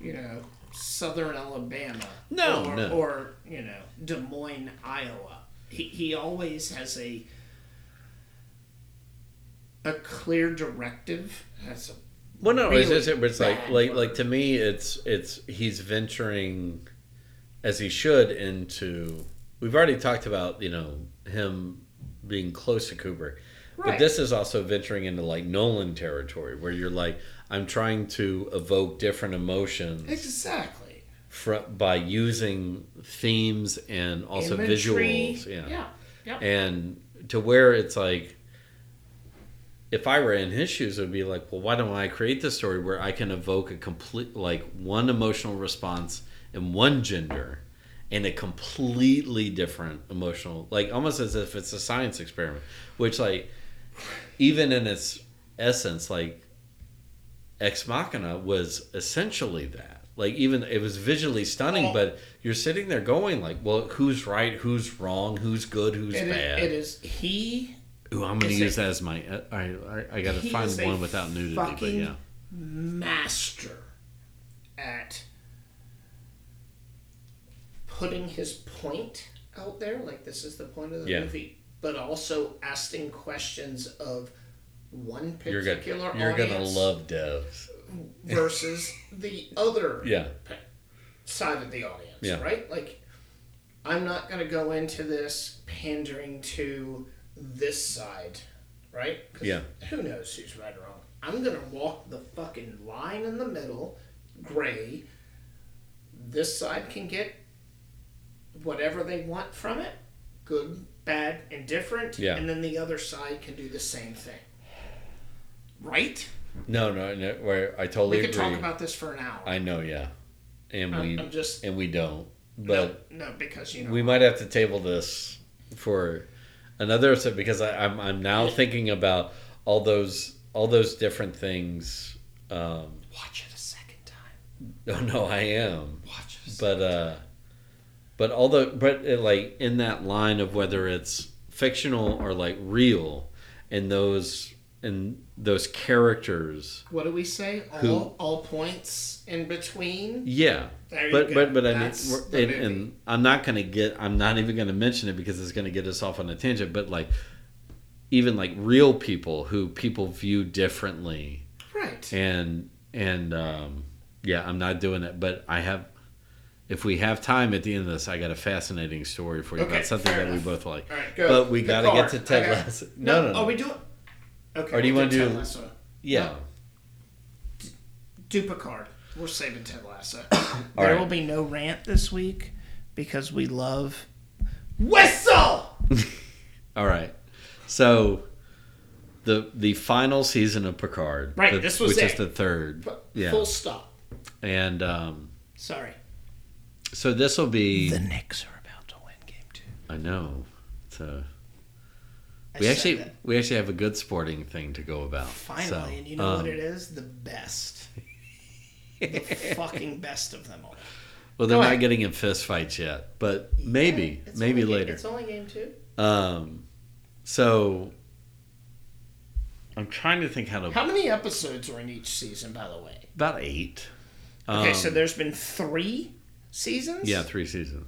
[SPEAKER 2] you know, Southern Alabama.
[SPEAKER 1] No,
[SPEAKER 2] or,
[SPEAKER 1] no.
[SPEAKER 2] Or, you know, Des Moines, Iowa. He, he always has a a clear directive. That's a
[SPEAKER 1] Well, no, it's,
[SPEAKER 2] really
[SPEAKER 1] it's, it's like
[SPEAKER 2] bad
[SPEAKER 1] like
[SPEAKER 2] work.
[SPEAKER 1] like to me, it's it's he's venturing, as he should, into. We've already talked about you know him being close to Kubrick, but
[SPEAKER 2] Right.
[SPEAKER 1] this is also venturing into like Nolan territory, where you're like, I'm trying to evoke different emotions
[SPEAKER 2] Exactly.
[SPEAKER 1] fro- by using themes and also
[SPEAKER 2] Imagery.
[SPEAKER 1] visuals,
[SPEAKER 2] Yeah. Yeah.
[SPEAKER 1] and to where it's like if i were in his shoes it would be like well why don't i create this story where i can evoke a complete like one emotional response in one gender and a completely different emotional like almost as if it's a science experiment which like even in its essence like ex machina was essentially that like even it was visually stunning
[SPEAKER 2] Oh.
[SPEAKER 1] but you're sitting there going like well who's right who's wrong who's good who's
[SPEAKER 2] It is,
[SPEAKER 1] bad
[SPEAKER 2] it is he
[SPEAKER 1] Ooh, I'm gonna
[SPEAKER 2] It's
[SPEAKER 1] use
[SPEAKER 2] a-
[SPEAKER 1] that as my. Uh, I, I I gotta
[SPEAKER 2] He
[SPEAKER 1] find
[SPEAKER 2] is a
[SPEAKER 1] one without nudity, but
[SPEAKER 2] fucking
[SPEAKER 1] yeah.
[SPEAKER 2] master at putting his point out there, like this is the point of the
[SPEAKER 1] Yeah.
[SPEAKER 2] movie, but also asking questions of one
[SPEAKER 1] You're
[SPEAKER 2] particular
[SPEAKER 1] gonna you're gonna
[SPEAKER 2] audience
[SPEAKER 1] love devs.
[SPEAKER 2] versus the other
[SPEAKER 1] Yeah,
[SPEAKER 2] side of the audience,
[SPEAKER 1] Yeah.
[SPEAKER 2] right? Like, I'm not going to go into this pandering to this side, right? 'Cause
[SPEAKER 1] Yeah.
[SPEAKER 2] Who knows who's right or wrong? I'm going to walk the fucking line in the middle, gray. This side can get whatever they want from it good, bad, indifferent.
[SPEAKER 1] Yeah.
[SPEAKER 2] And then the other side can do the same thing. Right?
[SPEAKER 1] no, no, no. Where I totally
[SPEAKER 2] We could
[SPEAKER 1] agree.
[SPEAKER 2] talk about this for an hour.
[SPEAKER 1] I know, yeah, and
[SPEAKER 2] I'm-
[SPEAKER 1] we
[SPEAKER 2] I'm just-
[SPEAKER 1] and we don't,
[SPEAKER 2] no,
[SPEAKER 1] but
[SPEAKER 2] no, because, you know.
[SPEAKER 1] we might have to table this for another episode because I, I'm I'm now thinking about all those all those different things. Um,
[SPEAKER 2] Watch it a second time.
[SPEAKER 1] no, no, I am.
[SPEAKER 2] Watch it.
[SPEAKER 1] but uh but all the but uh, like in that line of whether it's fictional or like real and those and those characters
[SPEAKER 2] What do we say?
[SPEAKER 1] Who-
[SPEAKER 2] All all points in between.
[SPEAKER 1] yeah
[SPEAKER 2] There you
[SPEAKER 1] but
[SPEAKER 2] go.
[SPEAKER 1] but but i mean
[SPEAKER 2] That's
[SPEAKER 1] we're-
[SPEAKER 2] the
[SPEAKER 1] and, and i'm not gonna get i'm not even gonna mention it because it's gonna get us off on a tangent but like even like real people who people view differently
[SPEAKER 2] Right.
[SPEAKER 1] and and um yeah i'm not doing it but i have if we have time at the end of this i got a fascinating story for you
[SPEAKER 2] Okay,
[SPEAKER 1] about something
[SPEAKER 2] fair
[SPEAKER 1] that
[SPEAKER 2] enough.
[SPEAKER 1] we both like
[SPEAKER 2] All right, go.
[SPEAKER 1] but we
[SPEAKER 2] The
[SPEAKER 1] got to
[SPEAKER 2] car.
[SPEAKER 1] get to ted
[SPEAKER 2] Okay.
[SPEAKER 1] lasso no no, no.
[SPEAKER 2] Are we doing? Okay.
[SPEAKER 1] Or do you
[SPEAKER 2] we'll
[SPEAKER 1] wanna do-
[SPEAKER 2] Ted Lasso.
[SPEAKER 1] yeah
[SPEAKER 2] Do Picard. We're saving Ted Lasso.
[SPEAKER 1] All
[SPEAKER 2] there
[SPEAKER 1] right.
[SPEAKER 2] will be no rant this week because we love whistle.
[SPEAKER 1] all right so the the final season of picard
[SPEAKER 2] Right,
[SPEAKER 1] the-
[SPEAKER 2] this was
[SPEAKER 1] which is
[SPEAKER 2] it.
[SPEAKER 1] the third yeah
[SPEAKER 2] Full stop.
[SPEAKER 1] and um
[SPEAKER 2] Sorry.
[SPEAKER 1] so this will be
[SPEAKER 2] The Knicks are about to win Game Two.
[SPEAKER 1] i know so
[SPEAKER 2] I
[SPEAKER 1] we
[SPEAKER 2] said
[SPEAKER 1] actually
[SPEAKER 2] that
[SPEAKER 1] we actually have a good sporting thing to go about
[SPEAKER 2] finally,
[SPEAKER 1] So,
[SPEAKER 2] and you know
[SPEAKER 1] um,
[SPEAKER 2] what it is? The best. the fucking best of them all.
[SPEAKER 1] Well, they're
[SPEAKER 2] Go
[SPEAKER 1] not
[SPEAKER 2] ahead.
[SPEAKER 1] getting in fist fights yet, but maybe,
[SPEAKER 2] It's
[SPEAKER 1] maybe
[SPEAKER 2] only game-
[SPEAKER 1] later.
[SPEAKER 2] It's only game two.
[SPEAKER 1] Um, so I'm trying to think how to
[SPEAKER 2] How many episodes are in each season, by the way?
[SPEAKER 1] about eight.
[SPEAKER 2] Okay,
[SPEAKER 1] Um,
[SPEAKER 2] so there's been three seasons.
[SPEAKER 1] yeah, three seasons.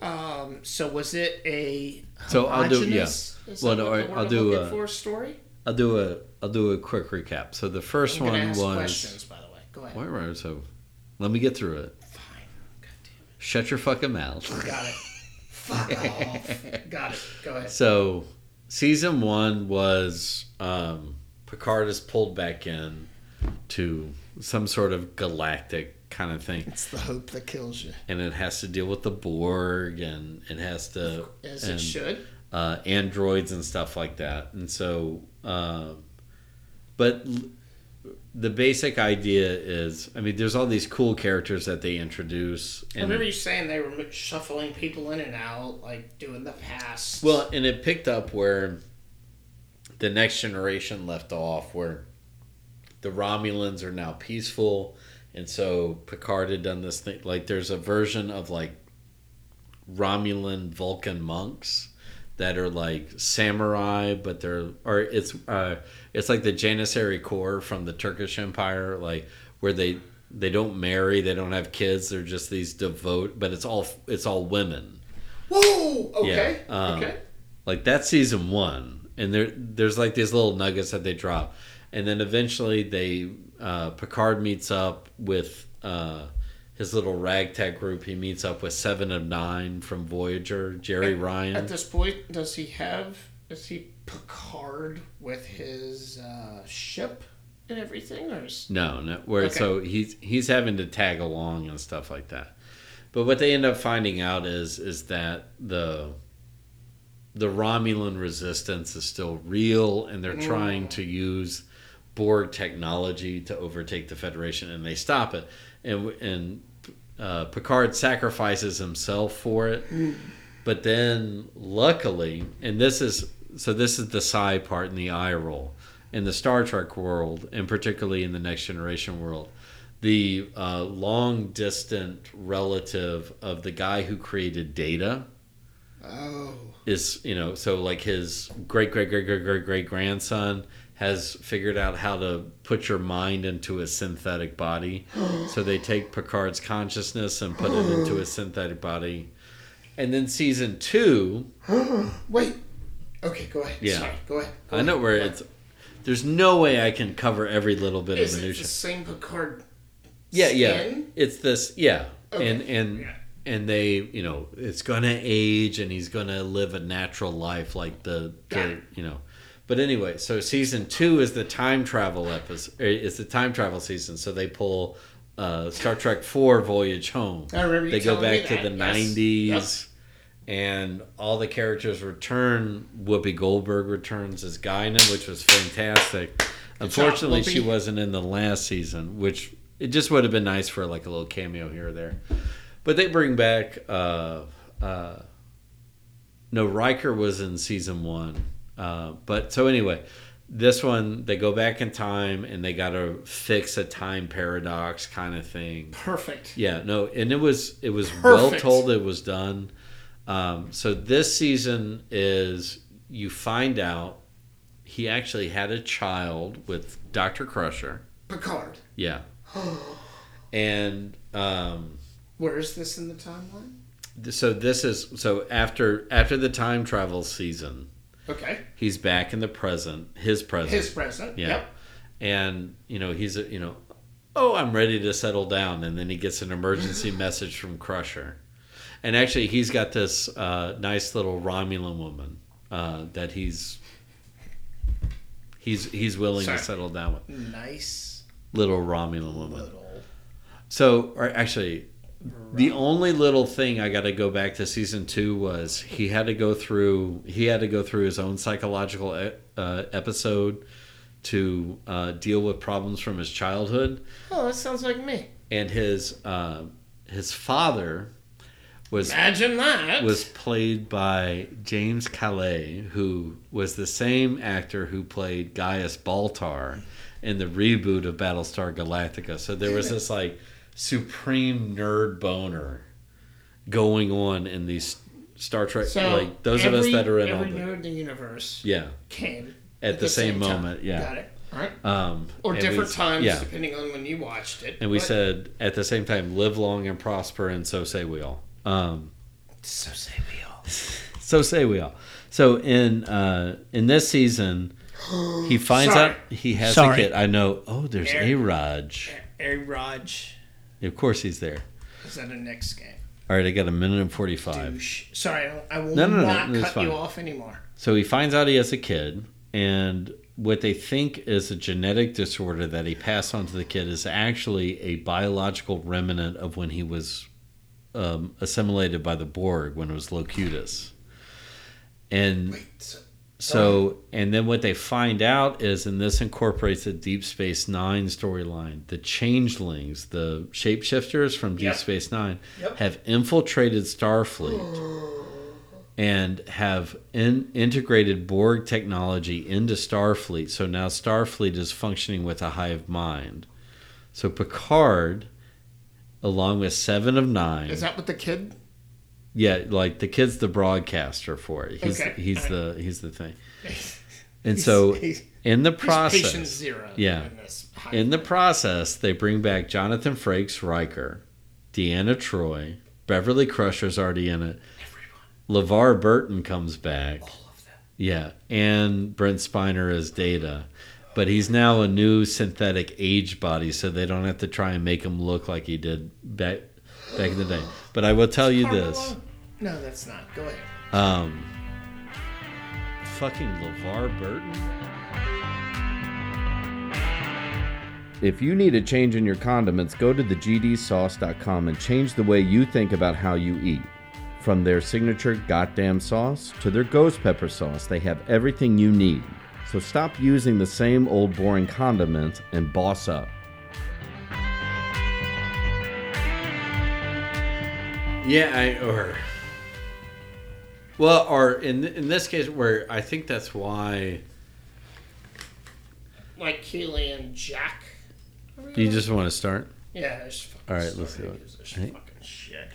[SPEAKER 2] Um. So was it a
[SPEAKER 1] So I'll do- yeah.
[SPEAKER 2] homogenous- is
[SPEAKER 1] Well,
[SPEAKER 2] that
[SPEAKER 1] no, I-
[SPEAKER 2] what the word
[SPEAKER 1] I'll
[SPEAKER 2] I'm
[SPEAKER 1] do,
[SPEAKER 2] looking
[SPEAKER 1] uh,
[SPEAKER 2] for story.
[SPEAKER 1] I'll do a I'll do a quick recap. So the 1st
[SPEAKER 2] I'm gonna
[SPEAKER 1] one
[SPEAKER 2] ask
[SPEAKER 1] was
[SPEAKER 2] questions, by the way. Go ahead.
[SPEAKER 1] wait, wait, so let me get through it.
[SPEAKER 2] Fine. God
[SPEAKER 1] Shut your fucking mouth.
[SPEAKER 2] damn it. Got it. Fuck off. Got it. Go ahead.
[SPEAKER 1] So season one was um, Picard is pulled back in to some sort of galactic kind of thing.
[SPEAKER 2] It's the hope that kills you,
[SPEAKER 1] and it has to deal with the Borg and it has to
[SPEAKER 2] as
[SPEAKER 1] and,
[SPEAKER 2] it should.
[SPEAKER 1] uh, androids and stuff like that. And so, um, but l- the basic idea is, I mean, there's all these cool characters that they introduce,
[SPEAKER 2] I
[SPEAKER 1] and
[SPEAKER 2] remember you saying they were shuffling people in and out, like doing the past.
[SPEAKER 1] Well, and it picked up where the next generation left off, where the Romulans are now peaceful, and so Picard had done this thing. Like, there's a version of like Romulan Vulcan monks that are like samurai, but they're or it's uh, it's like the Janissary Corps from the Turkish Empire, like where they they don't marry, they don't have kids, they're just these devote, but it's all it's all women
[SPEAKER 2] whoa. Okay.
[SPEAKER 1] Yeah, um,
[SPEAKER 2] okay.
[SPEAKER 1] like that's season one and there there's like these little nuggets that they drop and then eventually they uh, Picard meets up with uh, his little ragtag group. He meets up with Seven of Nine from Voyager, Jerry Ryan.
[SPEAKER 2] At this point, does he have? Is he Picard with his uh, ship and everything, or is
[SPEAKER 1] No, no. Where
[SPEAKER 2] Okay.
[SPEAKER 1] so he's he's having to tag along and stuff like that. But what they end up finding out is is that the the Romulan resistance is still real, and they're trying to use Borg technology to overtake the Federation, and they stop it. And and uh, Picard sacrifices himself for it, but then luckily, and this is so this is the sigh part and the eye roll in the Star Trek world, and particularly in the Next Generation world, the uh, long distant relative of the guy who created Data
[SPEAKER 2] oh
[SPEAKER 1] is, you know, so like his great great great great great great grandson has figured out how to put your mind into a synthetic body. so they take Picard's consciousness and put it into a synthetic body. And then season two,
[SPEAKER 2] wait, okay, go ahead.
[SPEAKER 1] Yeah.
[SPEAKER 2] Sorry, go ahead. go
[SPEAKER 1] I know
[SPEAKER 2] ahead,
[SPEAKER 1] where
[SPEAKER 2] go ahead.
[SPEAKER 1] it's. There's no way I can cover every little bit
[SPEAKER 2] Is
[SPEAKER 1] of
[SPEAKER 2] it the
[SPEAKER 1] minutia.
[SPEAKER 2] same Picard?
[SPEAKER 1] yeah yeah
[SPEAKER 2] skin?
[SPEAKER 1] it's this yeah
[SPEAKER 2] Okay.
[SPEAKER 1] and and
[SPEAKER 2] Yeah.
[SPEAKER 1] and they you know it's gonna age and he's gonna live a natural life like the,
[SPEAKER 2] Got
[SPEAKER 1] the
[SPEAKER 2] it.
[SPEAKER 1] you know but anyway so season two is the time travel episode it's the time travel season so they pull uh, Star Trek Four Voyage Home
[SPEAKER 2] I remember you
[SPEAKER 1] they go
[SPEAKER 2] telling me
[SPEAKER 1] back to
[SPEAKER 2] that,
[SPEAKER 1] the
[SPEAKER 2] yes.
[SPEAKER 1] 90s
[SPEAKER 2] Yes.
[SPEAKER 1] and all the characters return whoopi goldberg returns as Guinan, which was fantastic unfortunately she
[SPEAKER 2] Whoopi.
[SPEAKER 1] wasn't in the last season which it just would have been nice for like a little cameo here or there but they bring back uh uh no Riker was in season one uh but so anyway this one they go back in time and they gotta fix a time paradox kind of thing
[SPEAKER 2] Perfect.
[SPEAKER 1] yeah, no, and it was it was well
[SPEAKER 2] Perfect.
[SPEAKER 1] told it was done. Um, so this season is you find out he actually had a child with Doctor Crusher.
[SPEAKER 2] Picard.
[SPEAKER 1] Yeah, and um,
[SPEAKER 2] Where is this in the timeline?
[SPEAKER 1] th- so this is so after after the time travel season,
[SPEAKER 2] Okay,
[SPEAKER 1] he's back in the present, his present,
[SPEAKER 2] his present.
[SPEAKER 1] Yeah.
[SPEAKER 2] Yep.
[SPEAKER 1] And you know he's a- you know, oh I'm ready to settle down, and then he gets an emergency message from Crusher, and actually he's got this uh, nice little Romulan woman uh, that he's he's he's willing
[SPEAKER 2] Sorry.
[SPEAKER 1] to settle down with
[SPEAKER 2] Nice
[SPEAKER 1] little Romulan woman.
[SPEAKER 2] little.
[SPEAKER 1] So or actually. The only little thing I got to go back to season two was he had to go through he had to go through his own psychological e- uh, episode to uh, deal with problems from his childhood
[SPEAKER 2] Oh, that sounds like me.
[SPEAKER 1] and his uh, his father was
[SPEAKER 2] Imagine that.
[SPEAKER 1] was played by James Calais, who was the same actor who played Gaius Baltar in the reboot of Battlestar Galactica. So there was this like supreme nerd boner going on in these Star Trek.
[SPEAKER 2] so
[SPEAKER 1] like those of us
[SPEAKER 2] every-
[SPEAKER 1] that are in all
[SPEAKER 2] every
[SPEAKER 1] the
[SPEAKER 2] nerd in the universe
[SPEAKER 1] yeah
[SPEAKER 2] came
[SPEAKER 1] at, the, same,
[SPEAKER 2] time.
[SPEAKER 1] moment. Yeah,
[SPEAKER 2] Got it. All right.
[SPEAKER 1] um,
[SPEAKER 2] Or
[SPEAKER 1] and we-
[SPEAKER 2] different times,
[SPEAKER 1] Yeah,
[SPEAKER 2] depending on when you watched it.
[SPEAKER 1] and we
[SPEAKER 2] but-
[SPEAKER 1] said at the same time, live long and prosper, and so say we all. Um,
[SPEAKER 2] So say we all.
[SPEAKER 1] So say we all. So in uh, in this season, he finds
[SPEAKER 2] Sorry.
[SPEAKER 1] out he has
[SPEAKER 2] Sorry.
[SPEAKER 1] a kid. I know. Oh, there's
[SPEAKER 2] There.
[SPEAKER 1] a Raj.
[SPEAKER 2] Air Raj.
[SPEAKER 1] Of course he's there.
[SPEAKER 2] Is that a next game?
[SPEAKER 1] All right, I got a minute and forty five.
[SPEAKER 2] Douche. Sorry, I don't- I will
[SPEAKER 1] No, no, no,
[SPEAKER 2] not
[SPEAKER 1] no, it's
[SPEAKER 2] cut you
[SPEAKER 1] fine.
[SPEAKER 2] off anymore.
[SPEAKER 1] So he finds out he has a kid, and what they think is a genetic disorder that he passed on to the kid is actually a biological remnant of when he was um, assimilated by the Borg when it was Locutus. And
[SPEAKER 2] Wait, so,
[SPEAKER 1] So, and then what they find out is, and this incorporates the Deep Space Nine storyline, the changelings, the shapeshifters from Deep
[SPEAKER 2] Yep.
[SPEAKER 1] Space Nine,
[SPEAKER 2] Yep.
[SPEAKER 1] have infiltrated Starfleet and have in, integrated Borg technology into Starfleet. So now Starfleet is functioning with a hive mind. So Picard, along with Seven of Nine,
[SPEAKER 2] is that what the kid?
[SPEAKER 1] yeah, like the kid's the broadcaster for it. He's
[SPEAKER 2] Okay.
[SPEAKER 1] he's the he's the thing. And so
[SPEAKER 2] he's, he's
[SPEAKER 1] in the
[SPEAKER 2] patient
[SPEAKER 1] process,
[SPEAKER 2] zero.
[SPEAKER 1] Yeah.
[SPEAKER 2] In this.
[SPEAKER 1] in the process, they bring back Jonathan Frakes Riker, Deanna Troy, Beverly Crusher's already in it.
[SPEAKER 2] Everyone,
[SPEAKER 1] LeVar Burton comes back.
[SPEAKER 2] all of them.
[SPEAKER 1] Yeah, and Brent Spiner as Data. But he's now a new synthetic age body, so they don't have to try and make him look like he did back back in the day. But I will tell you this:
[SPEAKER 2] No, that's not. Go ahead.
[SPEAKER 1] um, fucking LeVar Burton.
[SPEAKER 3] If you need a change in your condiments, go to thegdsauce.com and change the way you think about how you eat. From their signature goddamn sauce to their ghost pepper sauce, they have everything you need. So stop using the same old boring condiments and boss up.
[SPEAKER 1] Yeah, I or well, or in in this case, where I think that's why
[SPEAKER 2] Like Keely and Jack.
[SPEAKER 1] you just want to start.
[SPEAKER 2] Yeah, there's fucking
[SPEAKER 1] All right, let's
[SPEAKER 2] sorry,
[SPEAKER 1] do it.
[SPEAKER 2] there's this
[SPEAKER 1] Right.
[SPEAKER 2] fucking shit.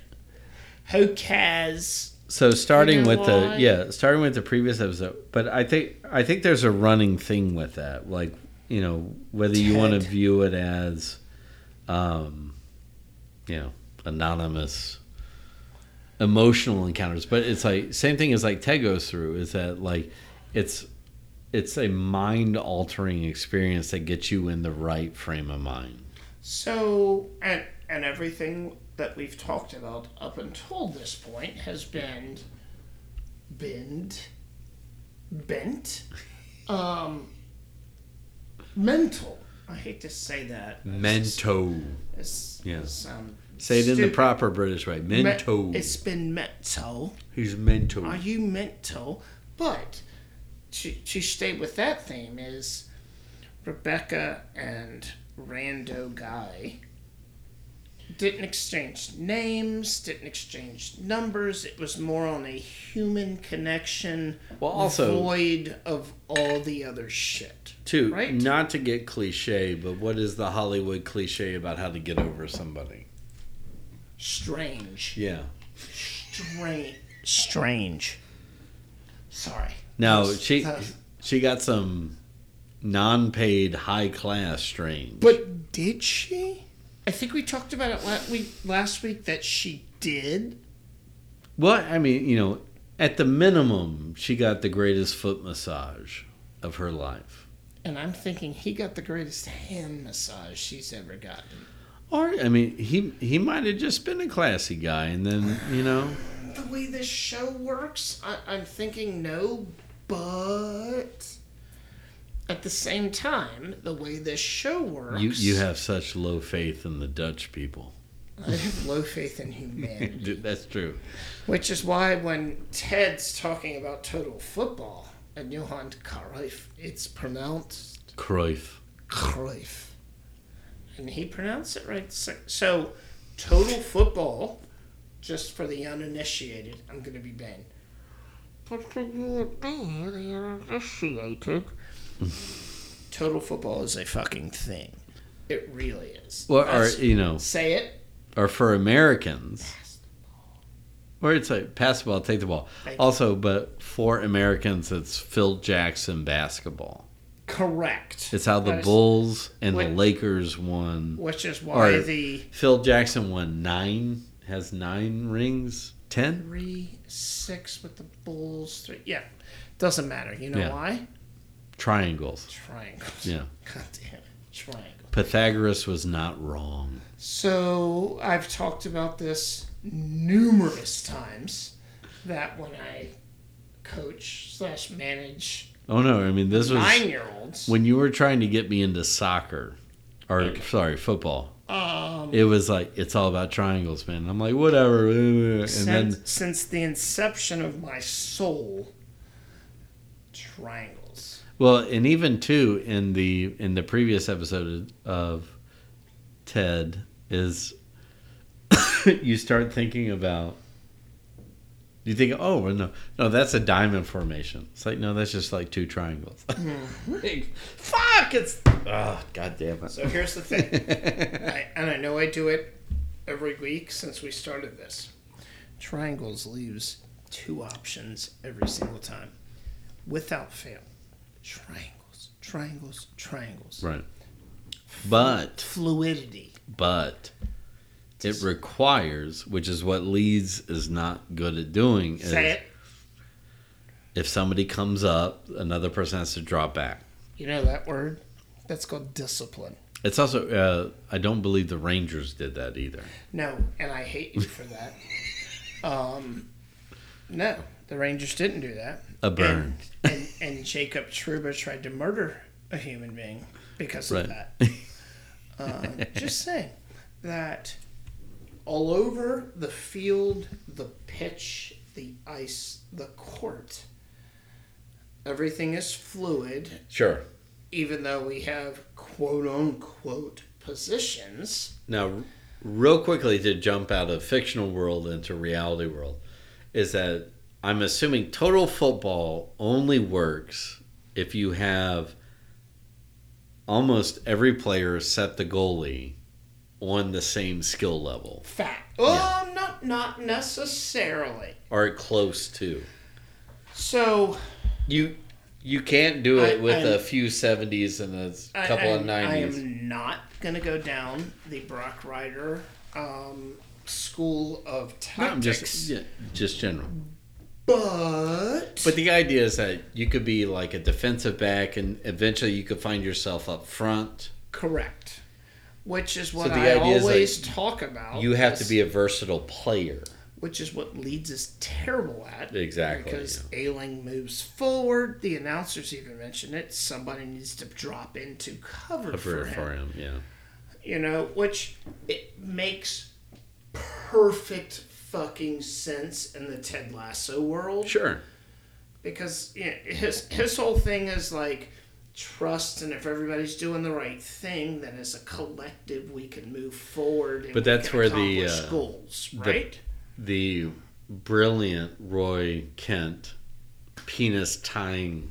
[SPEAKER 2] Who cares?
[SPEAKER 1] So starting
[SPEAKER 2] know
[SPEAKER 1] with the
[SPEAKER 2] why?
[SPEAKER 1] yeah, starting with the previous episode, but I think I think there's a running thing with that, like you know whether you want to
[SPEAKER 2] Ted.
[SPEAKER 1] view it as, um, you know, anonymous emotional encounters, but it's like same thing as like Ted goes through is that like it's it's a mind altering experience that gets you in the right frame of mind.
[SPEAKER 2] So, and and everything that we've talked about up until this point has been bend, bent, um, mental. I hate to say that.
[SPEAKER 1] Mento.
[SPEAKER 2] It's,
[SPEAKER 1] Yeah.
[SPEAKER 2] it's, um,
[SPEAKER 1] Say it in the
[SPEAKER 2] stupid.
[SPEAKER 1] proper British way.
[SPEAKER 2] Me-
[SPEAKER 1] Mento.
[SPEAKER 2] It's been mental.
[SPEAKER 1] He's mental.
[SPEAKER 2] Are you mental? But to, to stay with that theme is Rebecca and Rando Guy didn't exchange names, didn't exchange numbers. It was more on a human connection,
[SPEAKER 1] Well, also-
[SPEAKER 2] void of all the other shit.
[SPEAKER 1] Two,
[SPEAKER 2] Right?
[SPEAKER 1] not to get cliche, but what is the Hollywood cliche about how to get over somebody?
[SPEAKER 2] Strange.
[SPEAKER 1] Yeah.
[SPEAKER 2] Strange. Strange. Sorry.
[SPEAKER 1] No,
[SPEAKER 2] That's-
[SPEAKER 1] she
[SPEAKER 2] that's-
[SPEAKER 1] she got some non-paid high class strange.
[SPEAKER 2] But did she? I think we talked about it last week, last week that she did.
[SPEAKER 1] Well, I mean, you know, at the minimum, she got the greatest foot massage of her life.
[SPEAKER 2] And I'm thinking he got the greatest hand massage she's ever gotten.
[SPEAKER 1] Or I mean, he he might have just been a classy guy, and then you know,
[SPEAKER 2] The way this show works, I, I'm thinking no, but at the same time, the way this show works,
[SPEAKER 1] you you have such low faith in the Dutch people.
[SPEAKER 2] I have low faith in humanity.
[SPEAKER 1] Dude, That's true.
[SPEAKER 2] Which is why when Ted's talking about total football and Johan Cruyff, it's pronounced
[SPEAKER 1] Cruyff.
[SPEAKER 2] Cruyff. And he pronounced it right. So, so total football, just for the uninitiated, I'm going to be Ben. But for you and me, the uninitiated, total football is a fucking thing. It really is.
[SPEAKER 1] Well, or
[SPEAKER 2] That's-
[SPEAKER 1] you know,
[SPEAKER 2] say it.
[SPEAKER 1] or for Americans, or it's like pass the ball, take the ball.
[SPEAKER 2] Thank you.
[SPEAKER 1] Also, but for Americans, it's Phil Jackson basketball.
[SPEAKER 2] Correct.
[SPEAKER 1] It's how the
[SPEAKER 2] That is-
[SPEAKER 1] Bulls and the
[SPEAKER 2] Wait.
[SPEAKER 1] Lakers won.
[SPEAKER 2] Which is why
[SPEAKER 1] Or-
[SPEAKER 2] the
[SPEAKER 1] Phil Jackson won nine, has nine rings, ten.
[SPEAKER 2] three six with the Bulls three. Yeah, doesn't matter. You know
[SPEAKER 1] Yeah.
[SPEAKER 2] why?
[SPEAKER 1] triangles.
[SPEAKER 2] Triangles.
[SPEAKER 1] Yeah,
[SPEAKER 2] God damn it. Triangle.
[SPEAKER 1] Pythagoras was not wrong.
[SPEAKER 2] So I've talked about this numerous times that when I coach slash manage
[SPEAKER 1] Oh no, I mean this was
[SPEAKER 2] nine year olds,
[SPEAKER 1] when you were trying to get me into soccer, or sorry, football.
[SPEAKER 2] um,
[SPEAKER 1] it was like it's all about triangles, man. And I'm like, whatever. And
[SPEAKER 2] since,
[SPEAKER 1] then
[SPEAKER 2] since the inception of my soul, triangles.
[SPEAKER 1] well, and even too in the in the previous episode of Ted is you start thinking about you think, oh well, no, no, that's a diamond formation. It's like no, that's just like two triangles. Like, Fuck, it's oh, god damn it.
[SPEAKER 2] So here's the thing, I, and I know I do it every week since we started this. Triangles leaves two options every single time, without fail. Triangles, triangles, triangles.
[SPEAKER 1] right, but
[SPEAKER 2] fluidity.
[SPEAKER 1] but it requires, which is what Leeds is not good at doing, is
[SPEAKER 2] Say it.
[SPEAKER 1] if somebody comes up, another person has to drop back.
[SPEAKER 2] You know that word? That's called discipline.
[SPEAKER 1] It's also uh, I don't believe the Rangers did that either.
[SPEAKER 2] No, and I hate you for that. um, no, the Rangers didn't do that.
[SPEAKER 1] A burn.
[SPEAKER 2] And, and, and Jacob Truba tried to murder a human being because of
[SPEAKER 1] Right.
[SPEAKER 2] that. Um, just saying that all over the field, the pitch, the ice, the court, everything is fluid
[SPEAKER 1] Sure.
[SPEAKER 2] even though we have quote unquote positions.
[SPEAKER 1] Now, r- real quickly to jump out of fictional world into reality world, is that I'm assuming total football only works if you have almost every player except the goalie on the same skill level
[SPEAKER 2] Fact. Oh, not not necessarily.
[SPEAKER 1] or close to.
[SPEAKER 2] So
[SPEAKER 1] You you can't do it
[SPEAKER 2] I-
[SPEAKER 1] with a
[SPEAKER 2] I'm-
[SPEAKER 1] few 70s and a s-
[SPEAKER 2] I-
[SPEAKER 1] couple
[SPEAKER 2] I,
[SPEAKER 1] of
[SPEAKER 2] I
[SPEAKER 1] 90s.
[SPEAKER 2] am not gonna go down the Brock Ryder um, school of
[SPEAKER 1] No,
[SPEAKER 2] tactics,
[SPEAKER 1] I'm just yeah, just general.
[SPEAKER 2] but
[SPEAKER 1] But the idea is that you could be like a defensive back, and eventually you could find yourself up front.
[SPEAKER 2] correct. Which is what
[SPEAKER 1] the
[SPEAKER 2] I
[SPEAKER 1] idea is that
[SPEAKER 2] always talk about.
[SPEAKER 1] You have to
[SPEAKER 2] is-
[SPEAKER 1] be a versatile player.
[SPEAKER 2] which is what Leeds is terrible at.
[SPEAKER 1] Exactly,
[SPEAKER 2] Because Ailing moves forward. The announcers even mention it. Somebody needs to drop into cover, for,
[SPEAKER 1] For,
[SPEAKER 2] him,
[SPEAKER 1] for him, yeah.
[SPEAKER 2] You know, which it makes perfect fucking sense in the Ted Lasso world.
[SPEAKER 1] Sure.
[SPEAKER 2] Because you know, his his whole thing is like trust, and if everybody's doing the right thing, then as a collective we can move forward. And
[SPEAKER 1] But
[SPEAKER 2] we
[SPEAKER 1] that's
[SPEAKER 2] can
[SPEAKER 1] where the,
[SPEAKER 2] accomplish
[SPEAKER 1] uh,
[SPEAKER 2] goals, right?
[SPEAKER 1] The brilliant Roy Kent penis tying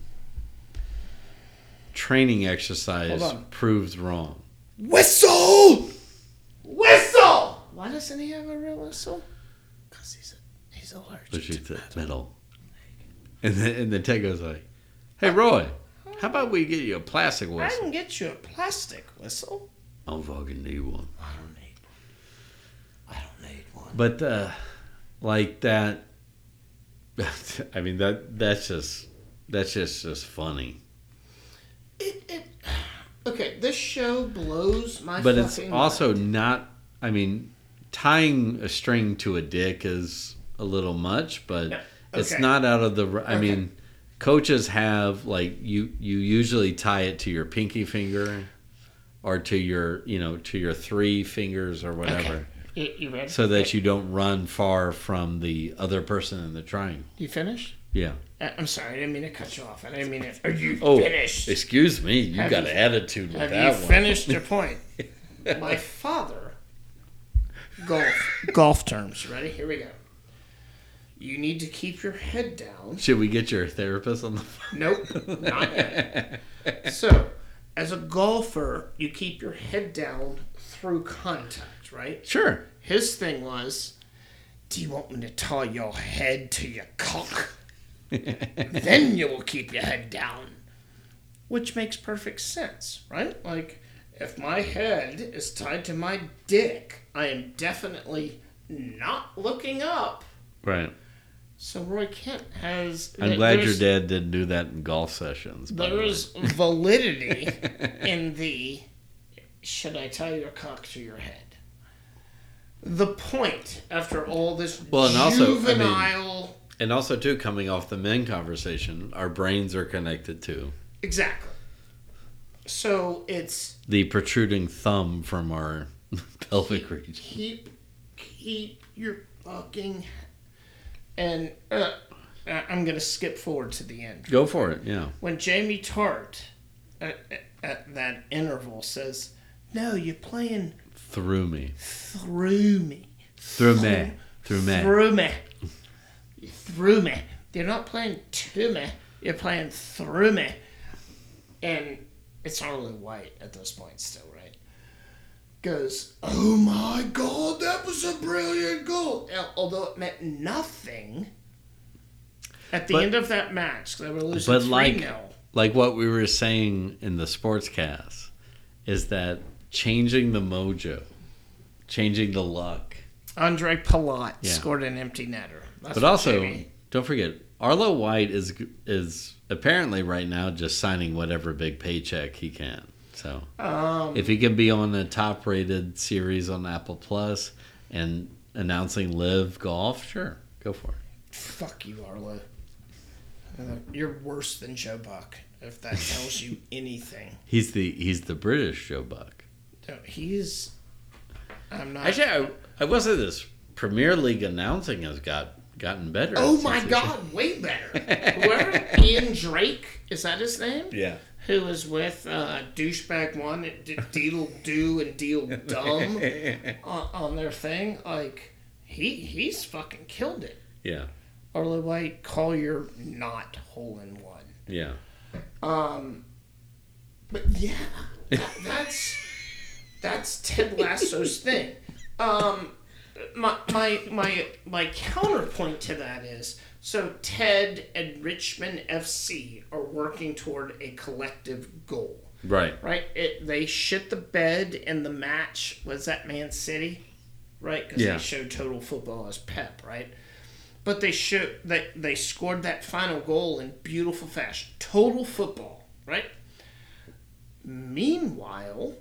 [SPEAKER 1] training exercise
[SPEAKER 2] Hold on.
[SPEAKER 1] proves wrong.
[SPEAKER 2] Whistle! Whistle! Why doesn't he have a real whistle? Because he's, a- he's allergic.
[SPEAKER 1] But she's the metal. And then, and then Ted goes like, "Hey Roy, how about we get you a plastic
[SPEAKER 2] I
[SPEAKER 1] whistle?
[SPEAKER 2] can get you a plastic whistle.
[SPEAKER 1] I don't fucking need one."
[SPEAKER 2] I don't need one. I don't need one.
[SPEAKER 1] But uh, like that, I mean that that's just that's just just funny.
[SPEAKER 2] It, it, okay, this show blows my
[SPEAKER 1] But it's
[SPEAKER 2] fucking
[SPEAKER 1] also
[SPEAKER 2] mind.
[SPEAKER 1] not. I mean, tying a string to a dick is a little much, but
[SPEAKER 2] Yeah,
[SPEAKER 1] it's
[SPEAKER 2] okay.
[SPEAKER 1] not out of the. I
[SPEAKER 2] Okay.
[SPEAKER 1] mean, coaches have like you. You usually tie it to your pinky finger, or to your you know to your three fingers or whatever,
[SPEAKER 2] You, you ready?
[SPEAKER 1] so that you don't run far from the other person in the triangle.
[SPEAKER 2] You finished?
[SPEAKER 1] Yeah.
[SPEAKER 2] Uh, I'm sorry, I didn't mean to cut you off. I didn't mean it. Are you
[SPEAKER 1] Oh,
[SPEAKER 2] finished?
[SPEAKER 1] excuse me, you
[SPEAKER 2] Have
[SPEAKER 1] got
[SPEAKER 2] you-
[SPEAKER 1] an attitude with
[SPEAKER 2] Have
[SPEAKER 1] that
[SPEAKER 2] you
[SPEAKER 1] one.
[SPEAKER 2] finished your point? My father, golf, golf terms. Ready? Here we go. You need to keep your head down.
[SPEAKER 1] Should we get your therapist on the phone?
[SPEAKER 2] Nope, not yet. So, as a golfer, you keep your head down through contact, right?
[SPEAKER 1] Sure.
[SPEAKER 2] His thing was, do you want me to tie your head to your cock? then you will keep your head down. Which makes perfect sense, right? Like, if my head is tied to my dick, I am definitely not looking up.
[SPEAKER 1] Right.
[SPEAKER 2] So Roy Kent has.
[SPEAKER 1] I'm glad your
[SPEAKER 2] there's-
[SPEAKER 1] dad didn't do that in golf sessions. by the
[SPEAKER 2] There
[SPEAKER 1] way.
[SPEAKER 2] is validity in the should I tie your cock to your head? The point after all this
[SPEAKER 1] Well, and also, I mean-
[SPEAKER 2] juvenile
[SPEAKER 1] And also, too, coming off the men conversation, our brains are connected to
[SPEAKER 2] exactly. So it's
[SPEAKER 1] the protruding thumb from our pelvic region.
[SPEAKER 2] keep keep your fucking and uh, I- I'm gonna skip forward to the end.
[SPEAKER 1] Go for it. Yeah.
[SPEAKER 2] when Jamie Tart at, at that interval says, "No, you're playing
[SPEAKER 1] Through me.
[SPEAKER 2] through me,
[SPEAKER 1] Through me. Through me.
[SPEAKER 2] through me, through me." You're not playing to me. You're playing through me, and it's Harley White at this point still, right? Goes, oh my god, that was a brilliant goal. Al- Although it meant nothing. At the
[SPEAKER 1] But-
[SPEAKER 2] end of that match, they were losing
[SPEAKER 1] But
[SPEAKER 2] 3
[SPEAKER 1] like,
[SPEAKER 2] 0.
[SPEAKER 1] like what we were saying in the sports cast is that changing the mojo, changing the luck,
[SPEAKER 2] Andre Palat
[SPEAKER 1] Yeah.
[SPEAKER 2] scored an empty netter.
[SPEAKER 1] But
[SPEAKER 2] That's what
[SPEAKER 1] also,
[SPEAKER 2] Jamie-
[SPEAKER 1] don't forget, Arlo White is is apparently right now just signing whatever big paycheck he can. So
[SPEAKER 2] Um,
[SPEAKER 1] if he can be on the top rated series on Apple Plus and announcing live golf, sure, go for it.
[SPEAKER 2] fuck you, Arlo. Uh, you're worse than Joe Buck, if that tells you anything.
[SPEAKER 1] He's the he's the British Joe Buck.
[SPEAKER 2] No, he's. I'm not.
[SPEAKER 1] Actually, I, I will say this: Premier League announcing has got gotten better.
[SPEAKER 2] oh
[SPEAKER 1] since
[SPEAKER 2] my
[SPEAKER 1] we-
[SPEAKER 2] god, way better. Whoever Ian Drake is that his name?
[SPEAKER 1] Yeah.
[SPEAKER 2] Who was with uh, douchebag one, D- Deedle Do and Deal Dumb on, on their thing? Like he he's fucking killed it.
[SPEAKER 1] Yeah.
[SPEAKER 2] Arlo White, call your not hole in one.
[SPEAKER 1] Yeah.
[SPEAKER 2] But yeah, that- that's that's Ted Lasso's thing. Um, my my my my counterpoint to that is so Ted and Richmond FC are working toward a collective goal,
[SPEAKER 1] Right.
[SPEAKER 2] right? It, they shit the bed in the match. Was that Man City, right? Because
[SPEAKER 1] Yeah.
[SPEAKER 2] they showed total football as Pep, right? But they show they, they scored that final goal in beautiful fashion. Total football, right? Meanwhile,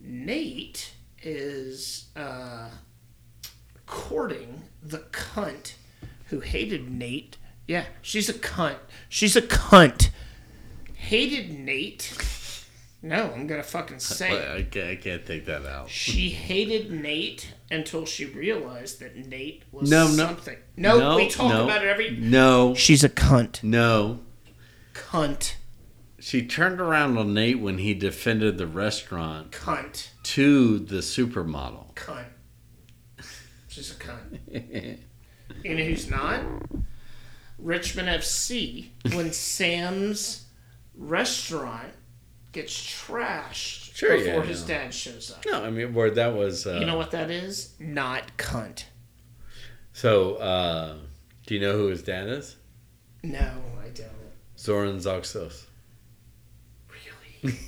[SPEAKER 2] Nate is uh, courting the cunt who hated Nate. Yeah, she's a cunt. She's a cunt. Hated Nate. No, I'm gonna fucking say it.
[SPEAKER 1] Well, I, can't, I can't take that out.
[SPEAKER 2] She hated Nate until she realized that Nate was
[SPEAKER 1] No, no.
[SPEAKER 2] something. No, we talk
[SPEAKER 1] no,
[SPEAKER 2] about it every.
[SPEAKER 1] No.
[SPEAKER 2] She's a cunt.
[SPEAKER 1] No.
[SPEAKER 2] Cunt.
[SPEAKER 1] She turned around on Nate when he defended the restaurant
[SPEAKER 2] Cunt.
[SPEAKER 1] to the supermodel.
[SPEAKER 2] Cunt. She's a cunt. you know who's not? Richmond FC. When Sam's restaurant gets trashed
[SPEAKER 1] Sure, yeah,
[SPEAKER 2] before
[SPEAKER 1] I
[SPEAKER 2] his
[SPEAKER 1] know.
[SPEAKER 2] dad shows up.
[SPEAKER 1] No, I mean where that was. Uh,
[SPEAKER 2] You know what that is? Not cunt.
[SPEAKER 1] So, uh, do you know who his dad is?
[SPEAKER 2] No, I don't.
[SPEAKER 1] Zoran Zoxos.
[SPEAKER 2] Really?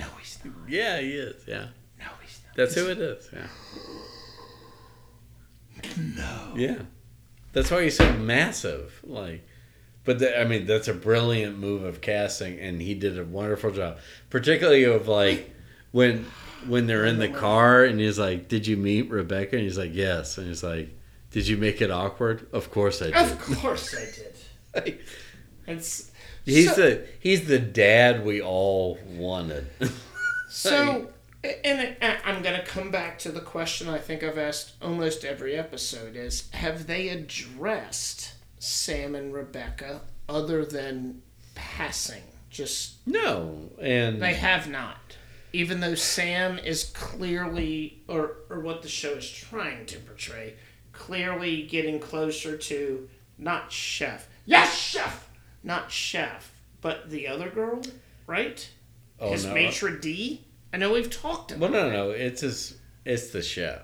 [SPEAKER 2] no, he's not.
[SPEAKER 1] Yeah, he is. Yeah,
[SPEAKER 2] No, he's not.
[SPEAKER 1] that's who it is. Yeah. No. Yeah, that's why he's so massive. Like, but the, I mean, that's a brilliant move of casting, and he did a wonderful job, particularly of like when when they're in the car and he's like, "Did you meet Rebecca?" And he's like, "Yes," and he's like. Did you make it awkward? Of course I did.
[SPEAKER 2] Of course I did.
[SPEAKER 1] Like,
[SPEAKER 2] It's
[SPEAKER 1] He's
[SPEAKER 2] so,
[SPEAKER 1] the he's the dad we all wanted.
[SPEAKER 2] so and I- I'm going to come back to the question I think I've asked almost every episode is have they addressed Sam and Rebecca other than passing? Just
[SPEAKER 1] no, and
[SPEAKER 2] they have not. Even though Sam is clearly or or what the show is trying to portray, clearly getting closer to not chef. Yes, chef. Not chef, but the other girl, right?
[SPEAKER 1] oh
[SPEAKER 2] his
[SPEAKER 1] no,
[SPEAKER 2] maitre d. I know we've talked about
[SPEAKER 1] well no no it's his it's the chef.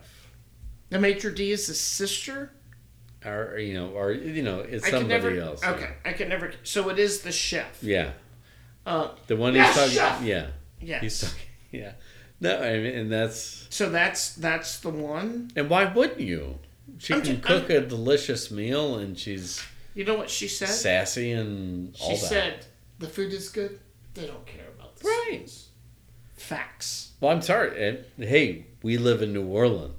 [SPEAKER 2] the maitre d is his sister.
[SPEAKER 1] Or you know, or you know, it's
[SPEAKER 2] I could
[SPEAKER 1] somebody
[SPEAKER 2] never.
[SPEAKER 1] else. yeah.
[SPEAKER 2] okay, I could never. So it is the chef.
[SPEAKER 1] Yeah.
[SPEAKER 2] Uh,
[SPEAKER 1] The one
[SPEAKER 2] Yes,
[SPEAKER 1] he's talking
[SPEAKER 2] chef!
[SPEAKER 1] Yeah.
[SPEAKER 2] yes.
[SPEAKER 1] He's talking yeah. No, I mean and that's
[SPEAKER 2] so that's that's the one.
[SPEAKER 1] and why wouldn't you? She
[SPEAKER 2] I'm
[SPEAKER 1] can
[SPEAKER 2] ju-
[SPEAKER 1] cook a delicious meal and she's
[SPEAKER 2] You know what she said?
[SPEAKER 1] sassy and all
[SPEAKER 2] she
[SPEAKER 1] that.
[SPEAKER 2] said the food is good. They don't care about the
[SPEAKER 1] Right.
[SPEAKER 2] spoons." Facts.
[SPEAKER 1] Well I'm sorry, and hey, we live in New Orleans.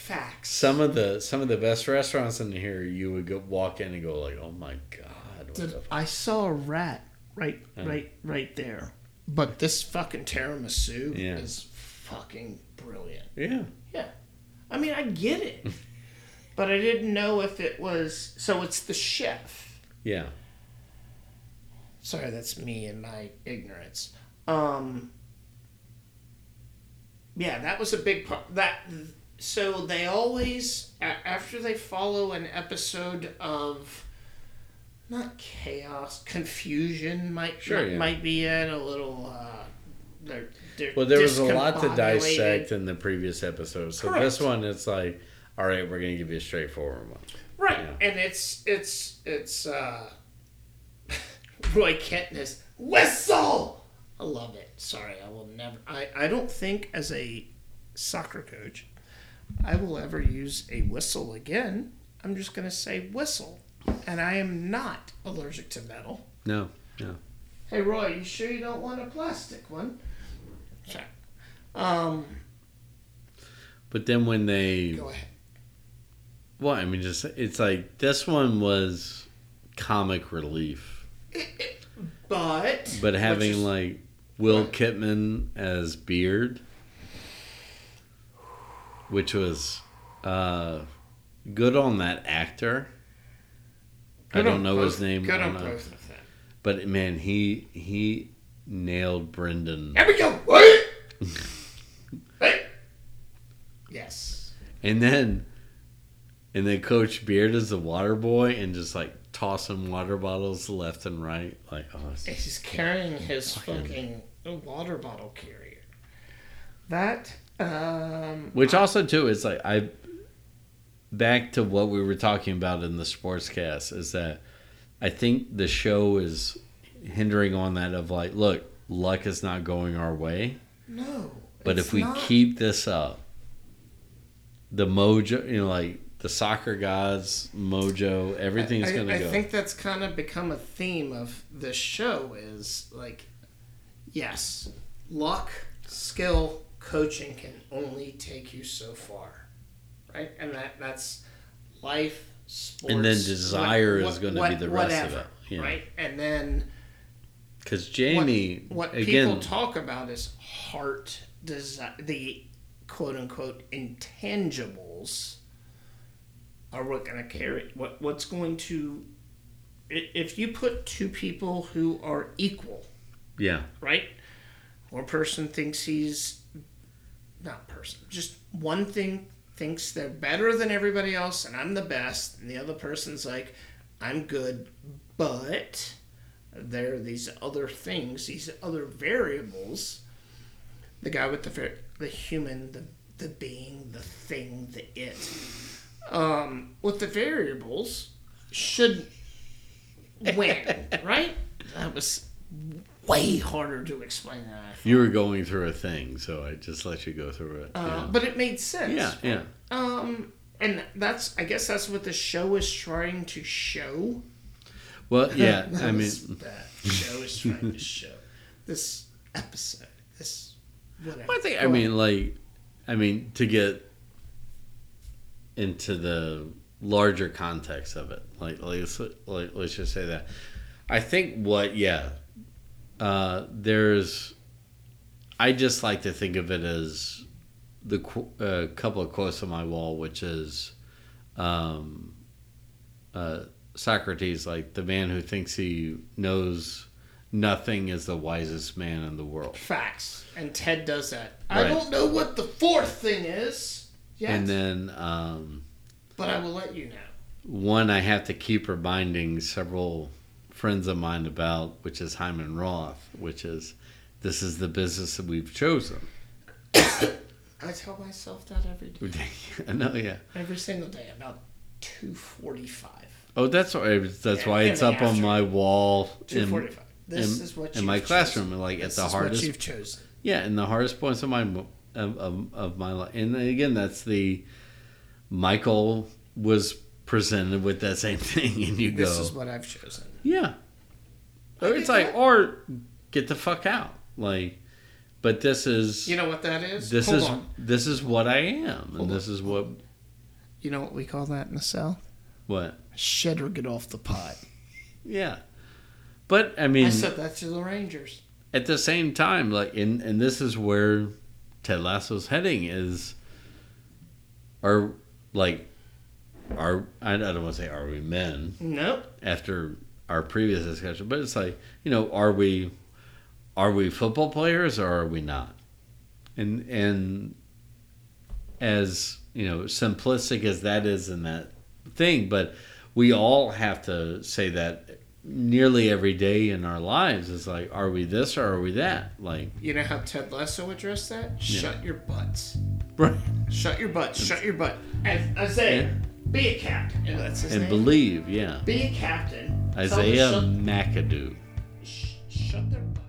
[SPEAKER 2] Facts.
[SPEAKER 1] some of the some of the best restaurants in here you would go walk in and go like oh my god what
[SPEAKER 2] Did-
[SPEAKER 1] the f-"
[SPEAKER 2] I saw a rat right, right, right there. But this fucking tiramisu
[SPEAKER 1] Yeah.
[SPEAKER 2] is fucking brilliant.
[SPEAKER 1] yeah
[SPEAKER 2] Yeah. I mean, I get it. but I didn't know if it was. So it's the chef.
[SPEAKER 1] yeah
[SPEAKER 2] Sorry, that's me and my ignorance. Um. Yeah, that was a big part. That so they always a- after they follow an episode of not chaos, confusion might
[SPEAKER 1] Sure, yeah.
[SPEAKER 2] might be it a little. Uh, they're, they're
[SPEAKER 1] well there was a lot to
[SPEAKER 2] discombobulated.
[SPEAKER 1] dissect in the previous episode so this
[SPEAKER 2] Correct.
[SPEAKER 1] one it's like all right we're gonna give you a straightforward one
[SPEAKER 2] Right,
[SPEAKER 1] Yeah.
[SPEAKER 2] and it's it's it's uh, Roy Kentness whistle. I love it. Sorry, I will never. I I don't think as a soccer coach, I will ever use a whistle again. I'm just gonna say whistle, and I am not allergic to metal.
[SPEAKER 1] no no
[SPEAKER 2] Hey Roy, you sure you don't want a plastic one? Sorry. Um,
[SPEAKER 1] But then when they,
[SPEAKER 2] go ahead.
[SPEAKER 1] well, I mean, just it's like this one was comic relief,
[SPEAKER 2] But
[SPEAKER 1] but having
[SPEAKER 2] which is-
[SPEAKER 1] like Will Kitman as Beard, which was uh, good on that actor. I
[SPEAKER 2] good
[SPEAKER 1] don't
[SPEAKER 2] on
[SPEAKER 1] know his
[SPEAKER 2] both-
[SPEAKER 1] name,
[SPEAKER 2] Good
[SPEAKER 1] I
[SPEAKER 2] on
[SPEAKER 1] don't know.
[SPEAKER 2] both of them.
[SPEAKER 1] but man, he he nailed Brendan.
[SPEAKER 2] There we go. What? Hey. yes.
[SPEAKER 1] And then and then Coach Beard is the water boy and just like tossing water bottles left and right. Like oh it's-
[SPEAKER 2] He's carrying his fucking water bottle carrier. That um
[SPEAKER 1] which also too is like I back to what we were talking about in the sportscast is that I think the show is hindering on that of like, look, luck is not going our way.
[SPEAKER 2] no.
[SPEAKER 1] But
[SPEAKER 2] it's
[SPEAKER 1] if we
[SPEAKER 2] not.
[SPEAKER 1] keep this up, the mojo, you know, like the soccer gods, mojo, everything's
[SPEAKER 2] I,
[SPEAKER 1] going
[SPEAKER 2] I
[SPEAKER 1] to go.
[SPEAKER 2] think that's kind of become a theme of this show is like yes, luck, skill, coaching can only take you so far. Right? And that that's life, sports,
[SPEAKER 1] and then desire
[SPEAKER 2] what-
[SPEAKER 1] is going to
[SPEAKER 2] what-
[SPEAKER 1] be the rest
[SPEAKER 2] whatever,
[SPEAKER 1] of it. You
[SPEAKER 2] Right? And then
[SPEAKER 1] Because Jamie,
[SPEAKER 2] what
[SPEAKER 1] again,
[SPEAKER 2] people talk about is heart desire the quote unquote intangibles are what going to carry what what's going to i- if you put two people who are equal
[SPEAKER 1] yeah,
[SPEAKER 2] right one person thinks he's not person just one thing thinks they're better than everybody else and i'm the best and the other person's like i'm good but there are these other things, these other variables. The guy with the ver- the human, the the being, the thing, the it. Um, with the variables, should win, right? That was way harder to explain than I.
[SPEAKER 1] you were going through a thing, so I just let you go through it.
[SPEAKER 2] Uh, But it made
[SPEAKER 1] yeah,
[SPEAKER 2] sense.
[SPEAKER 1] yeah, yeah.
[SPEAKER 2] Um, and that's I guess that's what the show is trying to show.
[SPEAKER 1] Well, yeah, I mean,
[SPEAKER 2] That's what that show is trying to show this episode, this whatever.
[SPEAKER 1] I think, I mean, like, I mean, to get into the larger context of it, like, like, let's, like, let's just say that. I think what, yeah, uh, there's. I just like to think of it as the qu- uh, couple of quotes on my wall, which is um, uh, Socrates, like the man who thinks he knows nothing is the wisest man in the world.
[SPEAKER 2] facts, and Ted does that. I
[SPEAKER 1] Right.
[SPEAKER 2] don't know what the fourth thing is yet,
[SPEAKER 1] And then um,
[SPEAKER 2] but I will let you know.
[SPEAKER 1] one I have to keep reminding several friends of mine about, which is Hyman Roth, which is this is the business that we've chosen.
[SPEAKER 2] I tell myself that every day,
[SPEAKER 1] no, yeah.
[SPEAKER 2] every single day, about two forty-five.
[SPEAKER 1] Oh, that's why. That's why
[SPEAKER 2] Yeah,
[SPEAKER 1] it's
[SPEAKER 2] and
[SPEAKER 1] up on
[SPEAKER 2] after-
[SPEAKER 1] my wall
[SPEAKER 2] Two
[SPEAKER 1] in,
[SPEAKER 2] forty-five. This
[SPEAKER 1] in-
[SPEAKER 2] is what
[SPEAKER 1] in
[SPEAKER 2] you've
[SPEAKER 1] my
[SPEAKER 2] chosen.
[SPEAKER 1] classroom, like
[SPEAKER 2] This
[SPEAKER 1] at the
[SPEAKER 2] is
[SPEAKER 1] hardest
[SPEAKER 2] what you've chosen.
[SPEAKER 1] Yeah, and the hardest points of my of, of, of my life, and again, that's the Michael was presented with that same thing, and you
[SPEAKER 2] This
[SPEAKER 1] go,
[SPEAKER 2] is what I've chosen.
[SPEAKER 1] yeah, or it's like, or get the fuck out, like. But this is
[SPEAKER 2] You know what that is?
[SPEAKER 1] this
[SPEAKER 2] Hold
[SPEAKER 1] is
[SPEAKER 2] on.
[SPEAKER 1] this is what I am, and this is what
[SPEAKER 2] You know what we call that in the South?
[SPEAKER 1] what
[SPEAKER 2] Shed or get off the pot.
[SPEAKER 1] yeah. But I mean,
[SPEAKER 2] I said that to the Rangers.
[SPEAKER 1] at the same time, like, and and this is where Ted Lasso's heading is. Are like, are I, I don't want to say are we men
[SPEAKER 2] Nope.
[SPEAKER 1] after our previous discussion, but it's like you know, are we, are we football players or are we not? And and as you know, simplistic as that is in that thing, but we all have to say that nearly every day in our lives is like, are we this or are we that? Like,
[SPEAKER 2] You know how Ted Lasso addressed that? Shut your butts.
[SPEAKER 1] right.
[SPEAKER 2] Shut your butt. Shut your butt. And Isaiah, be a captain. And that's his
[SPEAKER 1] and
[SPEAKER 2] name.
[SPEAKER 1] believe, yeah.
[SPEAKER 2] be a captain. Tell them
[SPEAKER 1] Isaiah
[SPEAKER 2] shut-
[SPEAKER 1] McAdoo.
[SPEAKER 2] sh- shut their butts.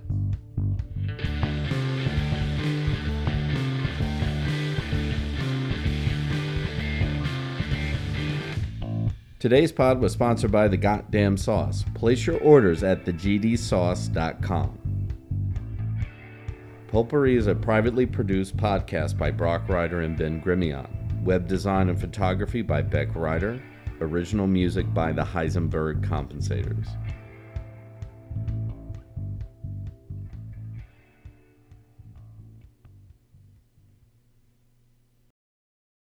[SPEAKER 3] Today's pod was sponsored by The Goddamn Sauce. Place your orders at thegdsauce.com.
[SPEAKER 1] Pulpery is a privately produced podcast by Brock Ryder and Ben Grimion. Web design and photography by Beck Ryder. Original music by the Heisenberg Compensators.